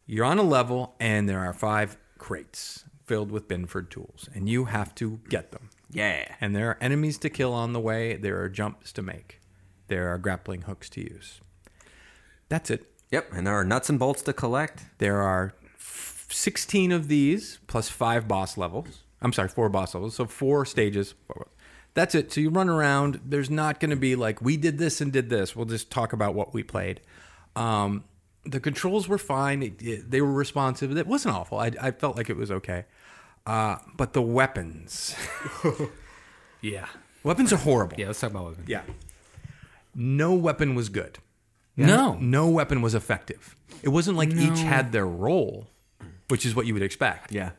Speaker 1: you're on a level and there are five crates filled with binford tools and you have to get them
Speaker 2: Yeah.
Speaker 1: and there are enemies to kill on the way. There are jumps to make. There are grappling hooks to use. That's it.
Speaker 2: Yep. And there are nuts and bolts to collect.
Speaker 1: There are 16 of these plus five boss levels. I'm sorry, four boss levels. So four stages. That's it. So you run around. There's not going to be like, we did this and did this. We'll just talk about what we played. Um, the controls were fine. It, it- they were responsive. It wasn't awful. I, I felt like it was okay. Uh, but the weapons.
Speaker 3: Yeah.
Speaker 1: weapons are horrible.
Speaker 3: Yeah, let's talk about weapons.
Speaker 1: yeah. No weapon was good.
Speaker 3: No.
Speaker 1: No weapon was effective. It wasn't like each had their role, which is what you would expect.
Speaker 2: Yeah.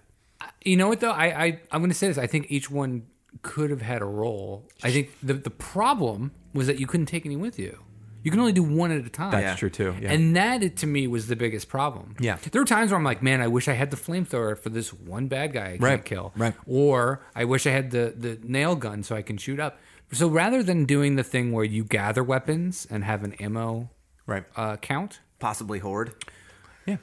Speaker 3: You know what though? I, I I'm going to say this. I think each one could have had a role. I think the the problem was that you couldn't take any with you. You can only do one at a time.
Speaker 1: That's true, too. Yeah.
Speaker 3: And that it- to me was the biggest problem.
Speaker 1: Yeah.
Speaker 3: There were times where I'm like, man, I wish I had the flamethrower for this one bad guy I can
Speaker 1: Right,
Speaker 3: kill.
Speaker 1: right.
Speaker 3: Or I wish I had the the nail gun so I can shoot up. So rather than doing the thing where you gather weapons and have an ammo
Speaker 1: Right.
Speaker 3: uh, count,
Speaker 2: Possibly Horde.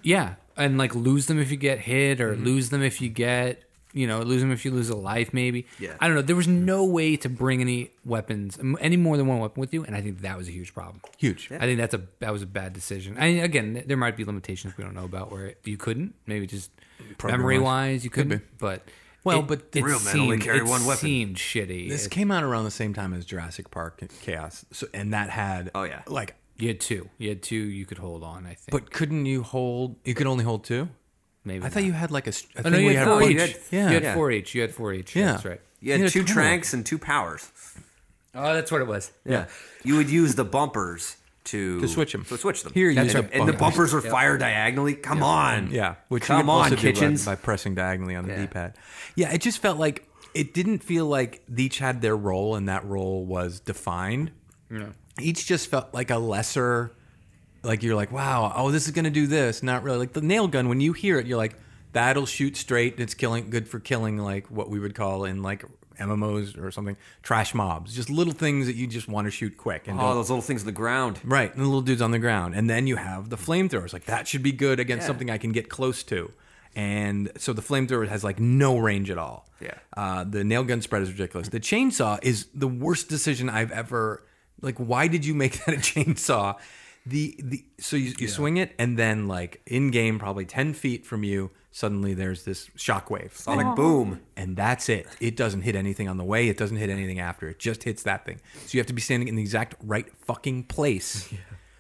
Speaker 3: yeah, and like lose them if you get hit, or
Speaker 1: Mm-hmm.
Speaker 3: lose them if you get you know lose them if you lose a life. Maybe
Speaker 2: Yeah.
Speaker 3: I don't know. There was no way to bring any weapons, m- any more than one weapon with you, and I think that was a huge problem.
Speaker 1: Huge.
Speaker 3: I think that's a that was a bad decision. I mean, again, th- there might be limitations we don't know about where you couldn't maybe just memory wise you couldn't, but
Speaker 1: Well,
Speaker 3: it-
Speaker 1: but
Speaker 3: it
Speaker 1: Real
Speaker 2: men only
Speaker 3: seemed-
Speaker 2: carry
Speaker 3: it
Speaker 2: one weapon.
Speaker 3: Seemed shitty.
Speaker 1: This
Speaker 3: It-
Speaker 1: came out around the same time as Jurassic Park Chaos, so and that had
Speaker 2: Oh, yeah.
Speaker 1: like
Speaker 3: you had two. You had two. You could hold on. I think,
Speaker 1: but couldn't you hold? You could only hold two.
Speaker 3: maybe
Speaker 1: I thought
Speaker 3: not.
Speaker 1: you had like a. s- I
Speaker 3: Oh,
Speaker 1: think
Speaker 3: no, you
Speaker 1: we
Speaker 3: had
Speaker 1: had
Speaker 3: four
Speaker 1: a
Speaker 3: each.
Speaker 1: bunch.
Speaker 3: Yeah,
Speaker 1: Yeah,
Speaker 3: you had four each. You had four each.
Speaker 1: yeah,
Speaker 3: That's right.
Speaker 2: You had
Speaker 1: a
Speaker 2: two
Speaker 1: ton.
Speaker 2: tranks and two powers.
Speaker 3: Oh, that's what it was.
Speaker 1: Yeah,
Speaker 2: You would use the bumpers to,
Speaker 1: To switch 'em.
Speaker 2: To switch them.
Speaker 1: Here you
Speaker 2: and,
Speaker 1: use
Speaker 2: the,
Speaker 1: the
Speaker 2: and the
Speaker 1: bumpers.
Speaker 2: bumpers were fired diagonally. Come on.
Speaker 1: yeah. Which you
Speaker 2: Come
Speaker 1: could
Speaker 2: on,
Speaker 1: also do by-
Speaker 2: kitchens. Oh,
Speaker 1: by, pressing diagonally on the
Speaker 2: Yeah.
Speaker 1: D-pad. Yeah, it just felt like it didn't feel like each had their role and that role was defined. Each just felt like a lesser. Like you're like, wow, oh, this is gonna do this. Not really like the nail gun. When you hear it, you're like, that'll shoot straight. It's killing, good for killing, like what we would call in like MMOs or something, trash mobs. Just little things that you just want to shoot quick and
Speaker 2: All
Speaker 1: don't
Speaker 2: those little things on the ground.
Speaker 1: Right, and the little dude's on the ground. And then you have the flamethrowers. Like, that should be good against something I can get close to. And so the flamethrower has like no range at all.
Speaker 2: Yeah.
Speaker 1: Uh, the nail gun spread is ridiculous. The chainsaw is the worst decision I've ever. Like, why did you make that a chainsaw? The the so you, you swing it and then like in game probably ten feet from you suddenly there's this shockwave
Speaker 2: Sonic boom.
Speaker 1: and that's it. It doesn't hit anything on the way. It doesn't hit anything after. It just hits that thing. So you have to be standing in the exact right fucking place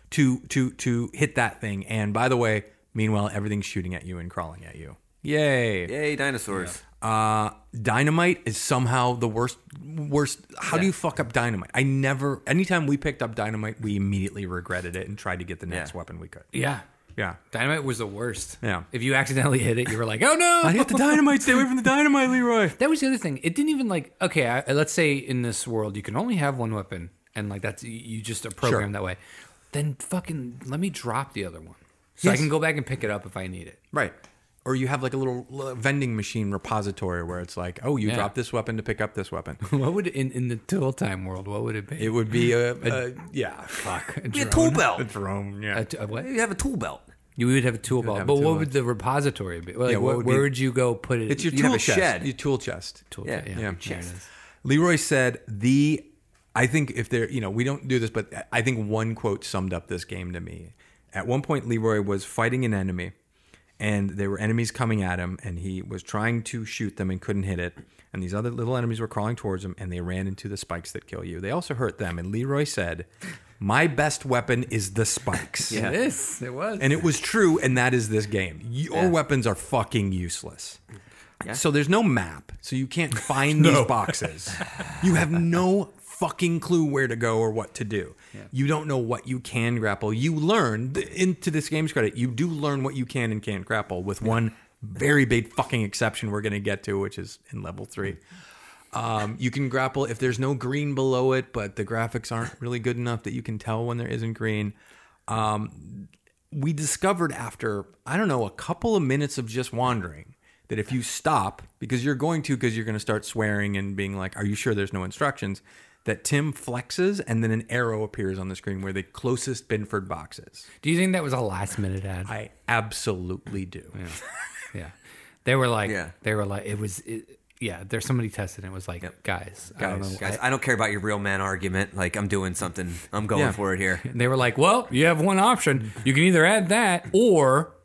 Speaker 1: to to to hit that thing. And by the way, meanwhile, everything's shooting at you and crawling at you. Yay!
Speaker 2: Yay, dinosaurs.
Speaker 1: Uh, dynamite is somehow the worst. Worst. How do you fuck up dynamite? I never. Anytime we picked up dynamite, we immediately regretted it and tried to get the next
Speaker 2: Yeah.
Speaker 1: weapon we could.
Speaker 3: Yeah.
Speaker 1: Yeah.
Speaker 3: Dynamite was the worst.
Speaker 1: Yeah.
Speaker 3: If you accidentally hit it, you were like, oh no.
Speaker 1: I hit the dynamite. Stay away from the dynamite, Leroy.
Speaker 3: that was the other thing. It didn't even like, okay, I, let's say in this world, you can only have one weapon and like that's, you just are programmed that way. Then fucking let me drop the other one so I
Speaker 1: Yes.
Speaker 3: can go back and pick it up if I need it.
Speaker 1: Right. Or you have like a little l- vending machine repository where it's like, oh, you
Speaker 3: Yeah.
Speaker 1: drop this weapon to pick up this weapon.
Speaker 3: What would, in, in the tool time world, what would it be?
Speaker 1: It would be a, a, yeah,
Speaker 3: Fuck. A,
Speaker 2: We had
Speaker 3: drone?
Speaker 2: tool belt.
Speaker 1: a drone.
Speaker 3: A
Speaker 1: Yeah.
Speaker 3: t- a what?
Speaker 2: You have a tool belt.
Speaker 3: You would have a tool belt.
Speaker 1: have a
Speaker 3: But
Speaker 1: tool
Speaker 3: what
Speaker 1: belt.
Speaker 3: would the repository be? Like,
Speaker 1: Yeah, what
Speaker 3: wh-
Speaker 1: would
Speaker 3: where
Speaker 1: be-
Speaker 3: would you go put it?
Speaker 1: It's your
Speaker 2: You'd
Speaker 1: tool
Speaker 2: have a
Speaker 1: chest.
Speaker 2: shed.
Speaker 1: Your tool chest.
Speaker 3: tool.
Speaker 2: yeah,
Speaker 3: yeah.
Speaker 1: Yeah.
Speaker 3: There it is.
Speaker 1: Leroy said the. I think if there, you know, we don't do this, but I think one quote summed up this game to me. At one point, Leroy was fighting an enemy, and there were enemies coming at him, and he was trying to shoot them and couldn't hit it. And these other little enemies were crawling towards him, and they ran into the spikes that kill you. They also hurt them. And Leroy said, "My best weapon is the spikes."
Speaker 2: Yeah.
Speaker 3: It is. It was.
Speaker 1: And it was true, and that is this game. Your weapons are fucking useless. So there's no map, so you can't find these boxes. You have no fucking clue where to go or what to do. You don't know what you can grapple. You learn, th- into this game's credit, you do learn what you can and can't grapple with one very big fucking exception we're going to get to, which is in level three. Um, you can grapple if there's no green below it, but the graphics aren't really good enough that you can tell when there isn't green we discovered after I don't know a couple of minutes of just wandering that if you stop because you're going to because you're going to start swearing and being like, "Are you sure there's no instructions?" That Tim flexes and then an arrow appears on the screen where the closest Binford box is.
Speaker 3: Do you think that was a last minute ad?
Speaker 1: I absolutely do.
Speaker 3: Yeah. They were like,
Speaker 2: Yeah.
Speaker 3: they were like, it was, it, yeah, there's somebody tested. It was like, guys, um," I don't know.
Speaker 2: Guys, I don't care about your real man argument. Like, I'm doing something. I'm going
Speaker 1: Yeah.
Speaker 2: for it here.
Speaker 3: And they were like, well, you have one option. You can either add that or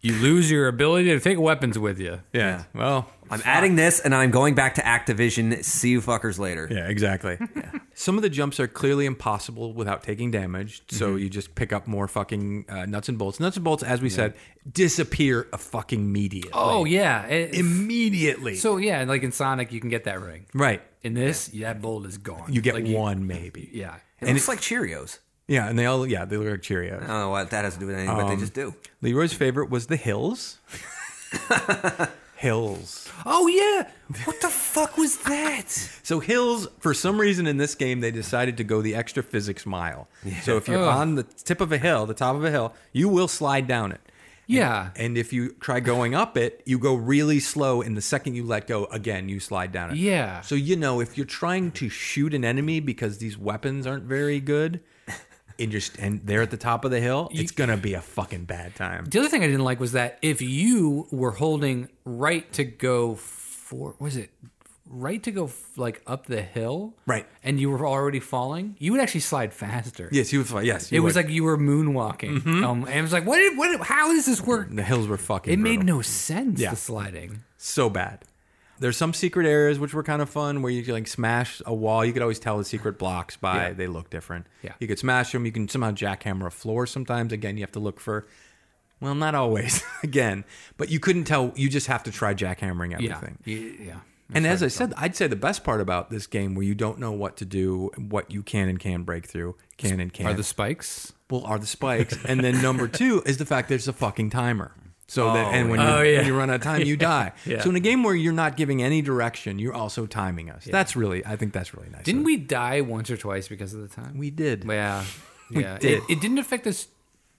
Speaker 3: You lose your ability to take weapons with you.
Speaker 1: Yeah. Well,
Speaker 2: I'm adding this, and I'm going back to Activision. See you fuckers later.
Speaker 1: yeah, exactly. Some of the jumps are clearly impossible without taking damage, so you just pick up more fucking uh, nuts and bolts. Nuts and bolts, as we said, disappear a fucking immediately.
Speaker 3: Oh yeah. It-
Speaker 1: immediately.
Speaker 3: so yeah, like in Sonic, you can get that ring.
Speaker 1: right,
Speaker 3: In this, that bolt is gone.
Speaker 1: you get
Speaker 3: Like,
Speaker 1: one maybe.
Speaker 3: yeah.
Speaker 2: It looks like Cheerios.
Speaker 1: Yeah, and they all yeah they look like Cheerios.
Speaker 2: I don't know what that has to do with anything, but
Speaker 1: Um,
Speaker 2: they just do.
Speaker 1: Leroy's favorite was the hills. hills.
Speaker 3: Oh yeah. What the fuck was that?
Speaker 1: So hills, for some reason in this game, they decided to go the extra physics mile. So if you're
Speaker 3: Ugh.
Speaker 1: on the tip of a hill, the top of a hill, you will slide down it.
Speaker 3: Yeah.
Speaker 1: And if you try going up it, you go really slow, and the second you let go, again, you slide down it.
Speaker 3: Yeah.
Speaker 1: So, you know, if you're trying to shoot an enemy because these weapons aren't very good, and, you're, st- and they're at the top of the hill, it's going to be a fucking bad time.
Speaker 3: The other thing I didn't like was that if you were holding right to go for was it right to go f- like up the hill,
Speaker 1: Right.
Speaker 3: and you were already falling, you would actually slide faster.
Speaker 1: Yes, you would fly. Yes. You
Speaker 3: it was
Speaker 1: would. Mm-hmm.
Speaker 3: like you were moonwalking. Um, and it was like, what? Did, what? did- How does this work?
Speaker 1: The hills were fucking.
Speaker 3: It made
Speaker 1: brutal.
Speaker 3: no sense.
Speaker 1: Yeah.
Speaker 3: The sliding.
Speaker 1: so bad. There's some secret areas which were kind of fun where you could like smash a wall. You could always tell the secret blocks by they look different.
Speaker 3: Yeah.
Speaker 1: You could smash them. You can somehow jackhammer a floor sometimes. Again, you have to look for, well, not always again, but you couldn't tell. You just have to try jackhammering
Speaker 3: Yeah.
Speaker 1: everything.
Speaker 3: Y- Yeah.
Speaker 1: And as I said, I'd say the best part about this game where you don't know what to do, what you can and can break through, can and
Speaker 3: Are
Speaker 1: can't
Speaker 3: the spikes?
Speaker 1: well are the spikes and then number two is the fact there's a fucking timer so that and when,
Speaker 3: Oh,
Speaker 1: you,
Speaker 3: yeah.
Speaker 1: when you run out of time you die
Speaker 3: Yeah.
Speaker 1: so in a game where you're not giving any direction you're also timing us that's really i think that's really nice
Speaker 3: Didn't we die once or twice because of the time?
Speaker 1: we did
Speaker 3: Yeah. Yeah.
Speaker 1: did.
Speaker 3: It, it didn't affect us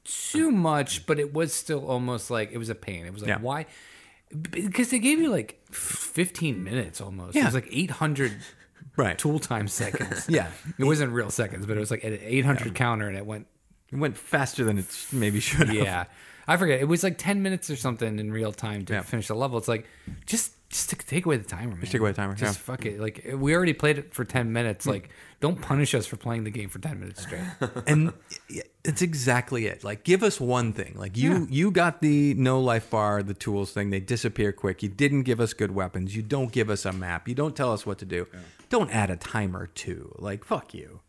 Speaker 3: too much, but it was still almost like it was a pain. It was like,
Speaker 1: Yeah.
Speaker 3: why? Because they gave you like 15 minutes almost. It
Speaker 1: Yeah.
Speaker 3: was like 800
Speaker 1: right
Speaker 3: tool time seconds.
Speaker 1: Yeah.
Speaker 3: It wasn't real seconds, but it was like an 800 counter and it went,
Speaker 1: it went faster than it maybe should have
Speaker 3: yeah. I forget. It was like 10 minutes or something in real time to
Speaker 1: Yeah.
Speaker 3: finish the level. It's like, just. Just to take away the timer, man. Just
Speaker 1: take away the timer,
Speaker 3: Just
Speaker 1: yeah. Hmm.
Speaker 3: fuck it. Like we already played it for ten minutes. Like, don't punish us for playing the game for ten minutes straight.
Speaker 1: and it's exactly it like give us one thing like you you got the no life bar the tools thing they disappear quick you didn't give us good weapons you don't give us a map you don't tell us what to do don't add a timer too like fuck you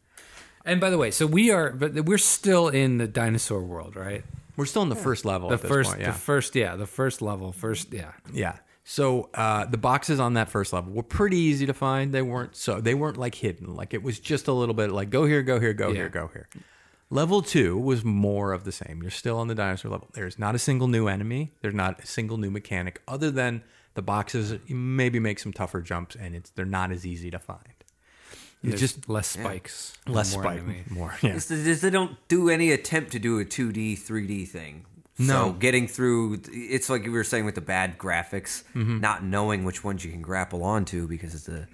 Speaker 3: And by the way, so we are, but we're still in the dinosaur world, right?
Speaker 1: we're still in the first level
Speaker 3: The
Speaker 1: at this
Speaker 3: first,
Speaker 1: point, yeah.
Speaker 3: the first, yeah, the first level, first, yeah.
Speaker 1: Yeah. So uh, the boxes on that first level were pretty easy to find. They weren't so they weren't like hidden. Like it was just a little bit like go here, go here, go
Speaker 3: Yeah.
Speaker 1: here, go here. Level two was more of the same. You're still on the dinosaur level. There's not a single new enemy. There's not a single new mechanic other than the boxes maybe make some tougher jumps and it's they're not as easy to find. You
Speaker 3: There's
Speaker 1: just
Speaker 3: just less spikes,
Speaker 1: less
Speaker 3: more
Speaker 1: spike
Speaker 3: enemy.
Speaker 1: more. Yeah.
Speaker 2: It's- it's- they don't do any attempt to do a 2D, 3D thing.
Speaker 1: No.
Speaker 2: So getting through, it's like you were saying with the bad graphics,
Speaker 1: Mm-hmm.
Speaker 2: not knowing which ones you can grapple onto because it's a,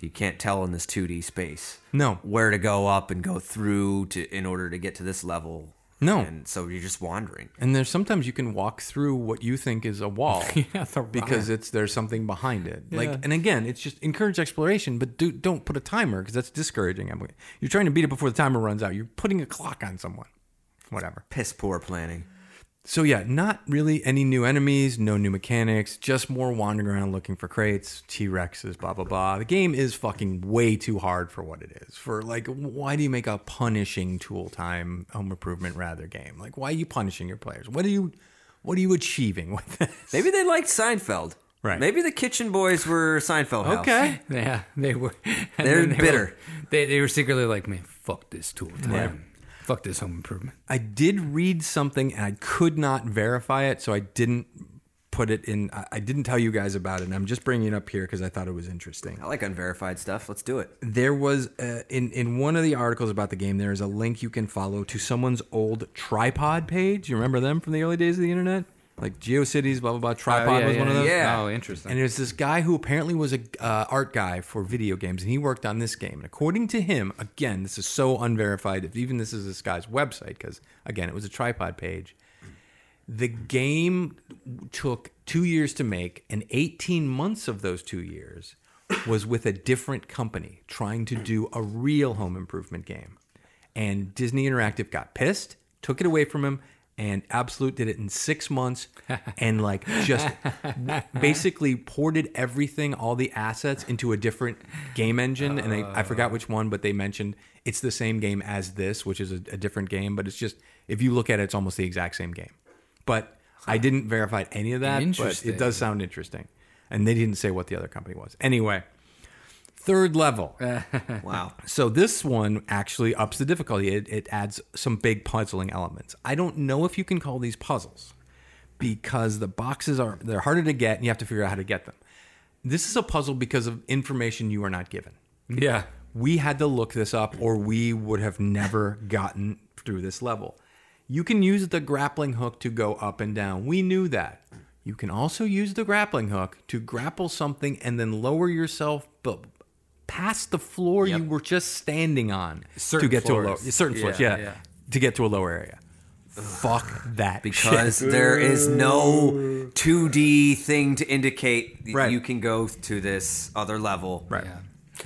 Speaker 2: you can't tell in this 2D space.
Speaker 1: No.
Speaker 2: Where to go up and go through to in order to get to this level.
Speaker 1: No.
Speaker 2: And so you're just wandering.
Speaker 1: And there's sometimes you can walk through what you think is a wall.
Speaker 3: Yeah, the rock.
Speaker 1: because it's there's something behind it.
Speaker 3: Yeah.
Speaker 1: Like, and again, it's just encourage exploration, but do, don't put a timer because that's discouraging. I'm, you're trying to beat it before the timer runs out. You're putting a clock on someone. Whatever.
Speaker 2: Piss poor planning.
Speaker 1: So yeah, not really any new enemies, no new mechanics, just more wandering around looking for crates, T Rexes, blah blah blah. The game is fucking way too hard for what it is. For like, why do you make a punishing tool time home improvement rather game? Like, why are you punishing your players? What are you, what are you achieving with this?
Speaker 2: Maybe they liked Seinfeld.
Speaker 1: Right.
Speaker 2: Maybe the Kitchen Boys were Seinfeld. house.
Speaker 1: Okay.
Speaker 3: yeah, they were. and
Speaker 2: They're
Speaker 3: then they
Speaker 2: bitter.
Speaker 3: were- they they were secretly like, man, fuck this tool time, fuck this home improvement.
Speaker 1: I did read something and I could not verify it, so I didn't put it in. I I didn't tell you guys about it. And I'm just bringing it up here because I thought it was interesting.
Speaker 2: I like unverified stuff. Let's do it.
Speaker 1: There was uh in in one of the articles about the game. There is a link you can follow to someone's old tripod page. You remember them from the early days of the internet, like GeoCities, blah blah blah. Tripod
Speaker 3: yeah,
Speaker 1: was one of those.
Speaker 2: Yeah.
Speaker 3: Oh, interesting.
Speaker 1: And there's this guy who apparently was a uh, art guy for video games, and he worked on this game. And according to him, again, this is so unverified. If even this is this guy's website, because again, it was a tripod page. The game took two years to make, and 18 months of those two years was with a different company trying to do a real home improvement game. And Disney Interactive got pissed, took it away from him, and Absolute did it in six months and like just basically ported everything, all the assets into a different game engine. and they, I forgot which one, but they mentioned it's the same game as this, which is a, a different game. But it's just, if you look at it, it's almost the exact same game. But I didn't verify any of that, but
Speaker 3: Interesting.
Speaker 1: it does sound interesting. And they didn't say what the other company was. Anyway, third level.
Speaker 2: Wow.
Speaker 1: So this one actually ups the difficulty. It, it adds some big puzzling elements. I don't know if you can call these puzzles because the boxes are they're harder to get and you have to figure out how to get them. This is a puzzle because of information you are not given.
Speaker 3: Yeah.
Speaker 1: We had to look this up or we would have never gotten through this level. You can use the grappling hook to go up and down. We knew that. You can also use the grappling hook to grapple something and then lower yourself but past the floor you were just standing on
Speaker 3: Certain
Speaker 1: to get to a lower
Speaker 3: floors.
Speaker 1: certain floors,
Speaker 3: Yeah,
Speaker 1: yeah,
Speaker 3: yeah.
Speaker 1: to get to a lower area. Fuck that shit.
Speaker 2: Because there is no 2D thing to indicate that
Speaker 1: Right.
Speaker 2: you can go to this other level.
Speaker 1: Right.
Speaker 3: Yeah.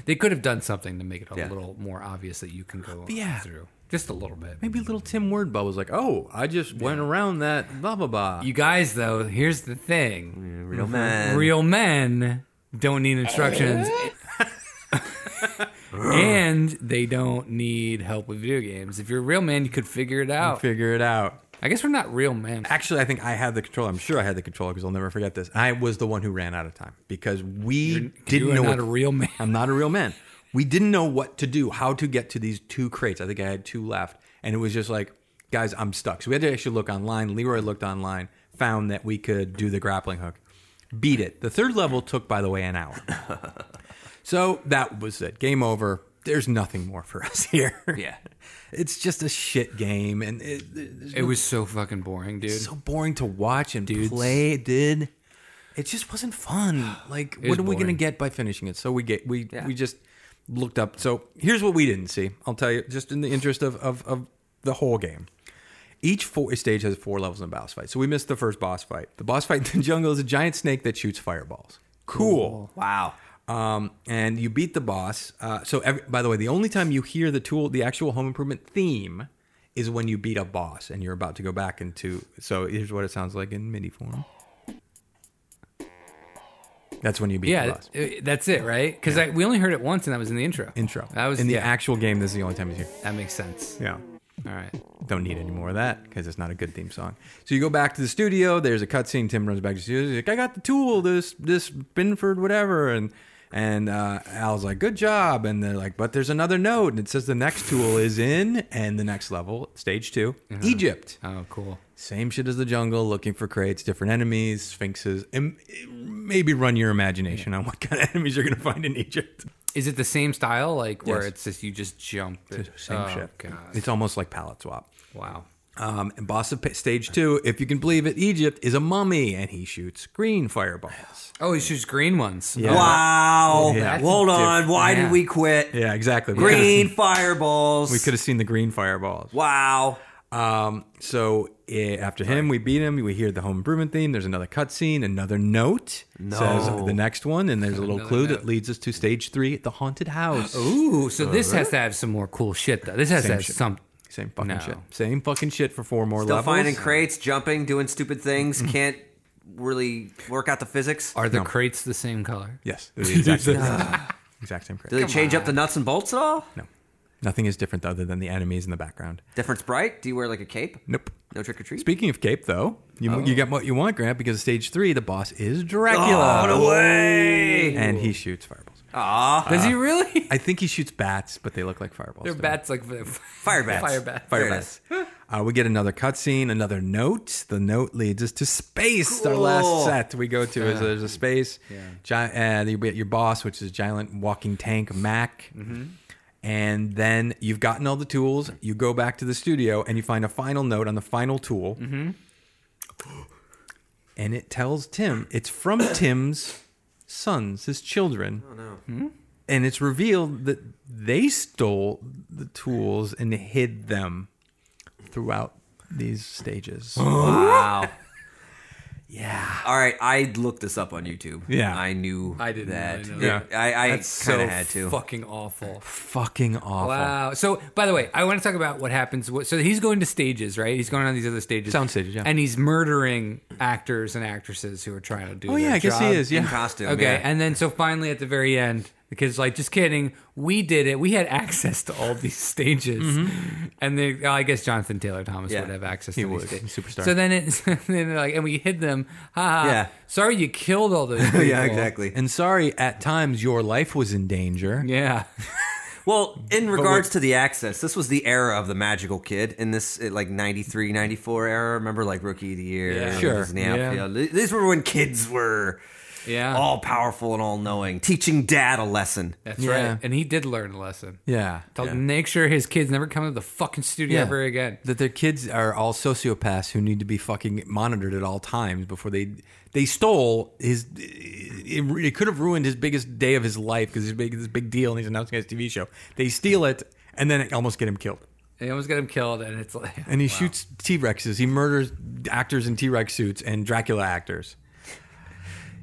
Speaker 3: They could have done something to make it a
Speaker 2: Yeah.
Speaker 3: little more obvious that you can go
Speaker 1: Yeah.
Speaker 3: through. Just a little bit.
Speaker 1: Maybe little Tim Wordbell was like, "Oh, I just went around that blah blah blah."
Speaker 3: You guys, though, here's the thing
Speaker 2: Real
Speaker 1: Mm-hmm.
Speaker 2: man.
Speaker 3: real men don't need instructions. and they don't need help with video games. If you're a real man, you could figure it out.
Speaker 1: figure it out.
Speaker 3: I guess we're not real men.
Speaker 1: Actually, I think I had the control. I'm sure I had the control because I'll never forget this. I was the one who ran out of time because we didn't
Speaker 3: you are
Speaker 1: know.
Speaker 3: not
Speaker 1: what-
Speaker 3: a real man.
Speaker 1: I'm not a real man. We didn't know what to do, how to get to these two crates. I think I had two left, and it was just like, guys, I'm stuck. So we had to actually look online. Leroy looked online, found that we could do the grappling hook, beat it. The third level took, by the way, an hour. so that was it. Game over. There's nothing more for us here.
Speaker 2: Yeah.
Speaker 1: it's just a shit game, and it, it,
Speaker 3: It was so fucking boring, dude.
Speaker 1: so boring to watch and play, dude. It just wasn't fun. Like,
Speaker 3: was
Speaker 1: what are we gonna
Speaker 3: boring.
Speaker 1: get by finishing it? So we get we
Speaker 2: Yeah.
Speaker 1: we just looked up. So here's what we didn't see. I'll tell you, just in the interest of of, of the whole game. Each four, stage has four levels in a boss fight. So we missed the first boss fight. The boss fight in the jungle is a giant snake that shoots fireballs. cool.
Speaker 2: Wow.
Speaker 1: Um, and you beat the boss. Uh, so, every, by the way, the only time you hear the tool, the actual home improvement theme, is when you beat a boss and you're about to go back into. So here's what it sounds like in MIDI form. That's when you beat the
Speaker 3: yeah,
Speaker 1: boss.
Speaker 3: it- that's it, right? Because we only heard it once, and that was in the intro.
Speaker 1: Intro.
Speaker 3: That was
Speaker 1: in the
Speaker 3: yeah,
Speaker 1: actual game. This is the only time you hear.
Speaker 3: That makes sense.
Speaker 1: Yeah.
Speaker 3: All right.
Speaker 1: don't need any more of that because it's not a good theme song. So you go back to the studio. There's a cutscene. Tim runs back to the studio. He's like, "I got the tool. This this Binford whatever." And and uh, Al's like, "Good job." And they're like, "But there's another note." And it says the next tool is in and the next level, stage 2 Egypt.
Speaker 3: Oh, cool.
Speaker 1: Same shit as the jungle. Looking for crates, different enemies, sphinxes. And maybe run your imagination on what kind of enemies you're gonna find in Egypt.
Speaker 3: Is it the same style, like where
Speaker 1: Yes.
Speaker 3: it's just you just jump? it?
Speaker 1: Same
Speaker 3: oh,
Speaker 1: shit.
Speaker 3: God.
Speaker 1: It's almost like palette swap.
Speaker 3: Wow.
Speaker 1: Um, and boss of pa- stage two, if you can believe it, Egypt is a mummy, and he shoots green fireballs.
Speaker 3: Oh, it's just green ones. Oh.
Speaker 1: Yeah.
Speaker 2: Wow.
Speaker 1: Yeah.
Speaker 2: Hold on. Why
Speaker 3: Yeah.
Speaker 2: did we quit?
Speaker 1: Yeah, exactly. We could've
Speaker 2: Green
Speaker 1: seen-
Speaker 2: fireballs.
Speaker 1: We could have seen the green fireballs.
Speaker 2: Wow.
Speaker 1: Um, so eh, after him, we beat him. We hear the home improvement theme. There's another cutscene, another note says the next one, and there's a little
Speaker 3: Another
Speaker 1: clue
Speaker 3: note.
Speaker 1: that leads us to stage three, the haunted house.
Speaker 3: Ooh, so this has to have some more cool shit though. This has to
Speaker 1: Same
Speaker 3: have
Speaker 1: shit.
Speaker 3: some.
Speaker 1: Same fucking
Speaker 3: No.
Speaker 1: shit. Same fucking shit for four more
Speaker 2: Still
Speaker 1: levels. Mm-hmm.
Speaker 2: finding crates, jumping, doing stupid things. Can't really work out the physics.
Speaker 3: Are the crates the same color?
Speaker 1: Yes, they're the exact same, exact same crate.
Speaker 2: Do they change up the nuts and bolts at all?
Speaker 1: No, nothing is different other than the enemies in the background.
Speaker 2: Different sprite? Do you wear like a cape?
Speaker 1: Nope.
Speaker 2: No trick or treat?
Speaker 1: Speaking of cape, though, you, you get what you want, Grant, because stage three, the boss is Dracula.
Speaker 2: Oh, no way!
Speaker 1: And he shoots fireballs.
Speaker 2: Aw.
Speaker 3: Does he really?
Speaker 1: Uh, I think he shoots bats, but they look like fireballs.
Speaker 3: They're
Speaker 1: to me.
Speaker 3: bats like
Speaker 2: Fire bats.
Speaker 3: Fire bats.
Speaker 2: There
Speaker 1: Fire
Speaker 2: it
Speaker 1: bats. Uh, we get another cutscene, another note. The note leads us to space. Our last
Speaker 2: Cool.
Speaker 1: set we go to is there's a space. Gi- uh, you get your boss, which is giant walking tank, Mac. And then you've gotten all the tools. You go back to the studio and you find a final note on the final tool. and it tells Tim it's from Tim's sons, his children. Oh no! And it's revealed that they stole the tools and hid them throughout these stages.
Speaker 2: Wow.
Speaker 1: Yeah.
Speaker 2: All right, I looked this up on YouTube.
Speaker 1: Yeah.
Speaker 2: I knew
Speaker 3: I didn't
Speaker 2: that.
Speaker 3: really know that.
Speaker 2: Yeah, I, I kind of
Speaker 3: That's so
Speaker 2: had to.
Speaker 3: fucking awful.
Speaker 1: Fucking awful.
Speaker 3: Wow. So, by the way, I want to talk about what happens. what- So he's going to stages, right? He's going on these other stages,
Speaker 1: Sound stages, yeah.
Speaker 3: And he's murdering actors and actresses who are trying to do.
Speaker 1: Oh yeah,
Speaker 3: their
Speaker 1: I guess
Speaker 3: job.
Speaker 1: he is.
Speaker 2: In
Speaker 1: Yeah.
Speaker 2: costume.
Speaker 3: Okay,
Speaker 2: yeah.
Speaker 3: and then so finally at the very end, the kid's like, "Just kidding, we did it. We had access to all these stages." And they, oh, I guess Jonathan Taylor Thomas
Speaker 2: Yeah,
Speaker 3: would have access
Speaker 1: Mm-hmm. he
Speaker 3: to
Speaker 1: would.
Speaker 3: these stages.
Speaker 1: Superstar.
Speaker 3: So then it's then they're like, and we hid them. Ha ha.
Speaker 2: Yeah.
Speaker 3: Sorry, you killed all those. People.
Speaker 2: yeah, exactly.
Speaker 1: And sorry, at times your life was in danger.
Speaker 3: Yeah.
Speaker 2: Well, in regards to the access, this was the era of the magical kid in this uh, like 93, 94 era. Remember, like rookie of the year,
Speaker 3: Yeah.
Speaker 1: Sure,
Speaker 2: Disney
Speaker 1: yeah.
Speaker 2: outfield. These were when kids were
Speaker 3: Yeah.
Speaker 2: all powerful and all knowing, teaching dad a lesson.
Speaker 3: That's
Speaker 1: Yeah.
Speaker 3: right. And he did learn a lesson.
Speaker 1: Yeah.
Speaker 3: To make sure his kids never come to the fucking studio
Speaker 1: Yeah.
Speaker 3: ever again.
Speaker 1: That their kids are all sociopaths who need to be fucking monitored at all times before they they stole his. It, it could have ruined his biggest day of his life because he's making this big deal and he's announcing his TV show. They steal it and then it almost get him killed.
Speaker 3: They almost got him killed, and it's like,
Speaker 1: And he shoots T Rexes. He murders actors in T Rex suits and Dracula actors.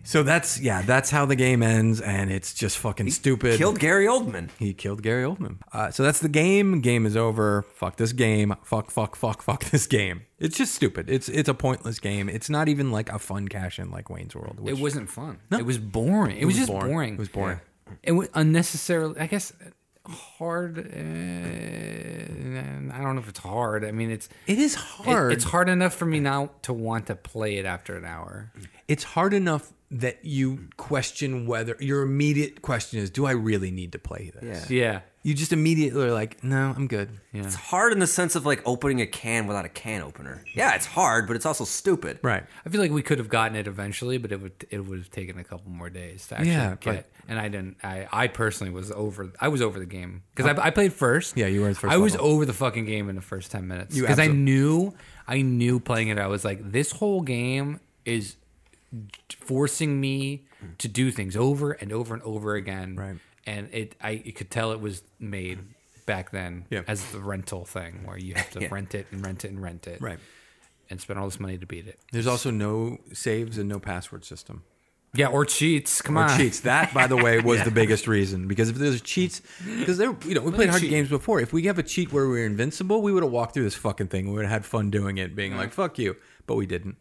Speaker 1: So that's yeah, that's how the game ends, and it's just fucking stupid.
Speaker 2: Killed Gary Oldman.
Speaker 1: He killed Gary Oldman. Uh, so that's the game. Game is over. Fuck this game. Fuck, fuck, fuck, fuck this game. It's just stupid. It's it's a pointless game. It's not even like a fun cash in like Wayne's World. Which
Speaker 3: it wasn't fun. It was boring. It, was, just boring.
Speaker 1: It was boring.
Speaker 3: It was unnecessarily, I guess, hard. Uh, I don't know if it's hard. I mean, it's
Speaker 1: It is
Speaker 3: it-
Speaker 1: hard.
Speaker 3: it's hard enough for me now to want to play it after an hour.
Speaker 1: It's hard enough that you question whether your immediate question is, do I really need to play this?
Speaker 3: Yeah,
Speaker 1: You just immediately are like, no, I'm good.
Speaker 2: It's hard in the sense of like opening a can without a can opener. Yeah, it's hard, but it's also stupid.
Speaker 1: Right.
Speaker 3: I feel like we could have gotten it eventually, but it would it would have taken a couple more days to actually
Speaker 1: Yeah,
Speaker 3: get.
Speaker 1: but-
Speaker 3: and I didn't. I, I personally was over. I was over the game because I, I played first.
Speaker 1: Yeah, you were the first
Speaker 3: I was
Speaker 1: level.
Speaker 3: over the fucking game in the first ten minutes
Speaker 1: You
Speaker 3: because I
Speaker 1: absol-
Speaker 3: knew I knew playing it. I was like, this whole game is forcing me to do things over and over and over again.
Speaker 1: Right.
Speaker 3: And it, I you could tell it was made back then
Speaker 1: Yeah.
Speaker 3: as the rental thing where you have to rent it and rent it and rent it.
Speaker 1: Right.
Speaker 3: And spend all this money to beat it.
Speaker 1: There's also no saves and no password system.
Speaker 3: Yeah, or cheats. Come
Speaker 1: or
Speaker 3: on.
Speaker 1: Oh, cheats. That, by the way, was the biggest reason because if there's cheats, because there, you know, we played hard
Speaker 3: cheat.
Speaker 1: games before. If we have a cheat where we were invincible, we would have walked through this fucking thing. We would have had fun doing it, being like "fuck you," but we didn't.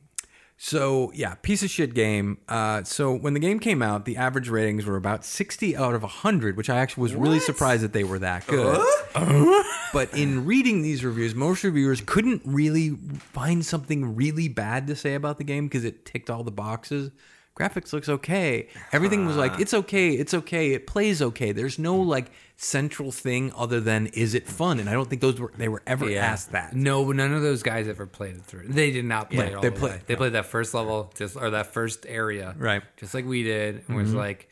Speaker 1: So yeah, piece of shit game. Uh, so when the game came out, the average ratings were about sixty out of hundred, which I actually was really surprised that they were that good. But in reading these reviews, most reviewers couldn't really find something really bad to say about the game because it ticked all the boxes. Graphics looks okay. Everything was like, it's okay, it's okay, it plays okay. There's no like central thing other than is it fun? And I don't think those were they were ever asked that.
Speaker 3: No, none of those guys ever played it through. They did not play
Speaker 1: Yeah,
Speaker 3: it all
Speaker 1: they
Speaker 3: the way.
Speaker 1: played-
Speaker 3: They played that first level, just or that first area,
Speaker 1: Right. Mm-hmm.
Speaker 3: Just like we did, and was like,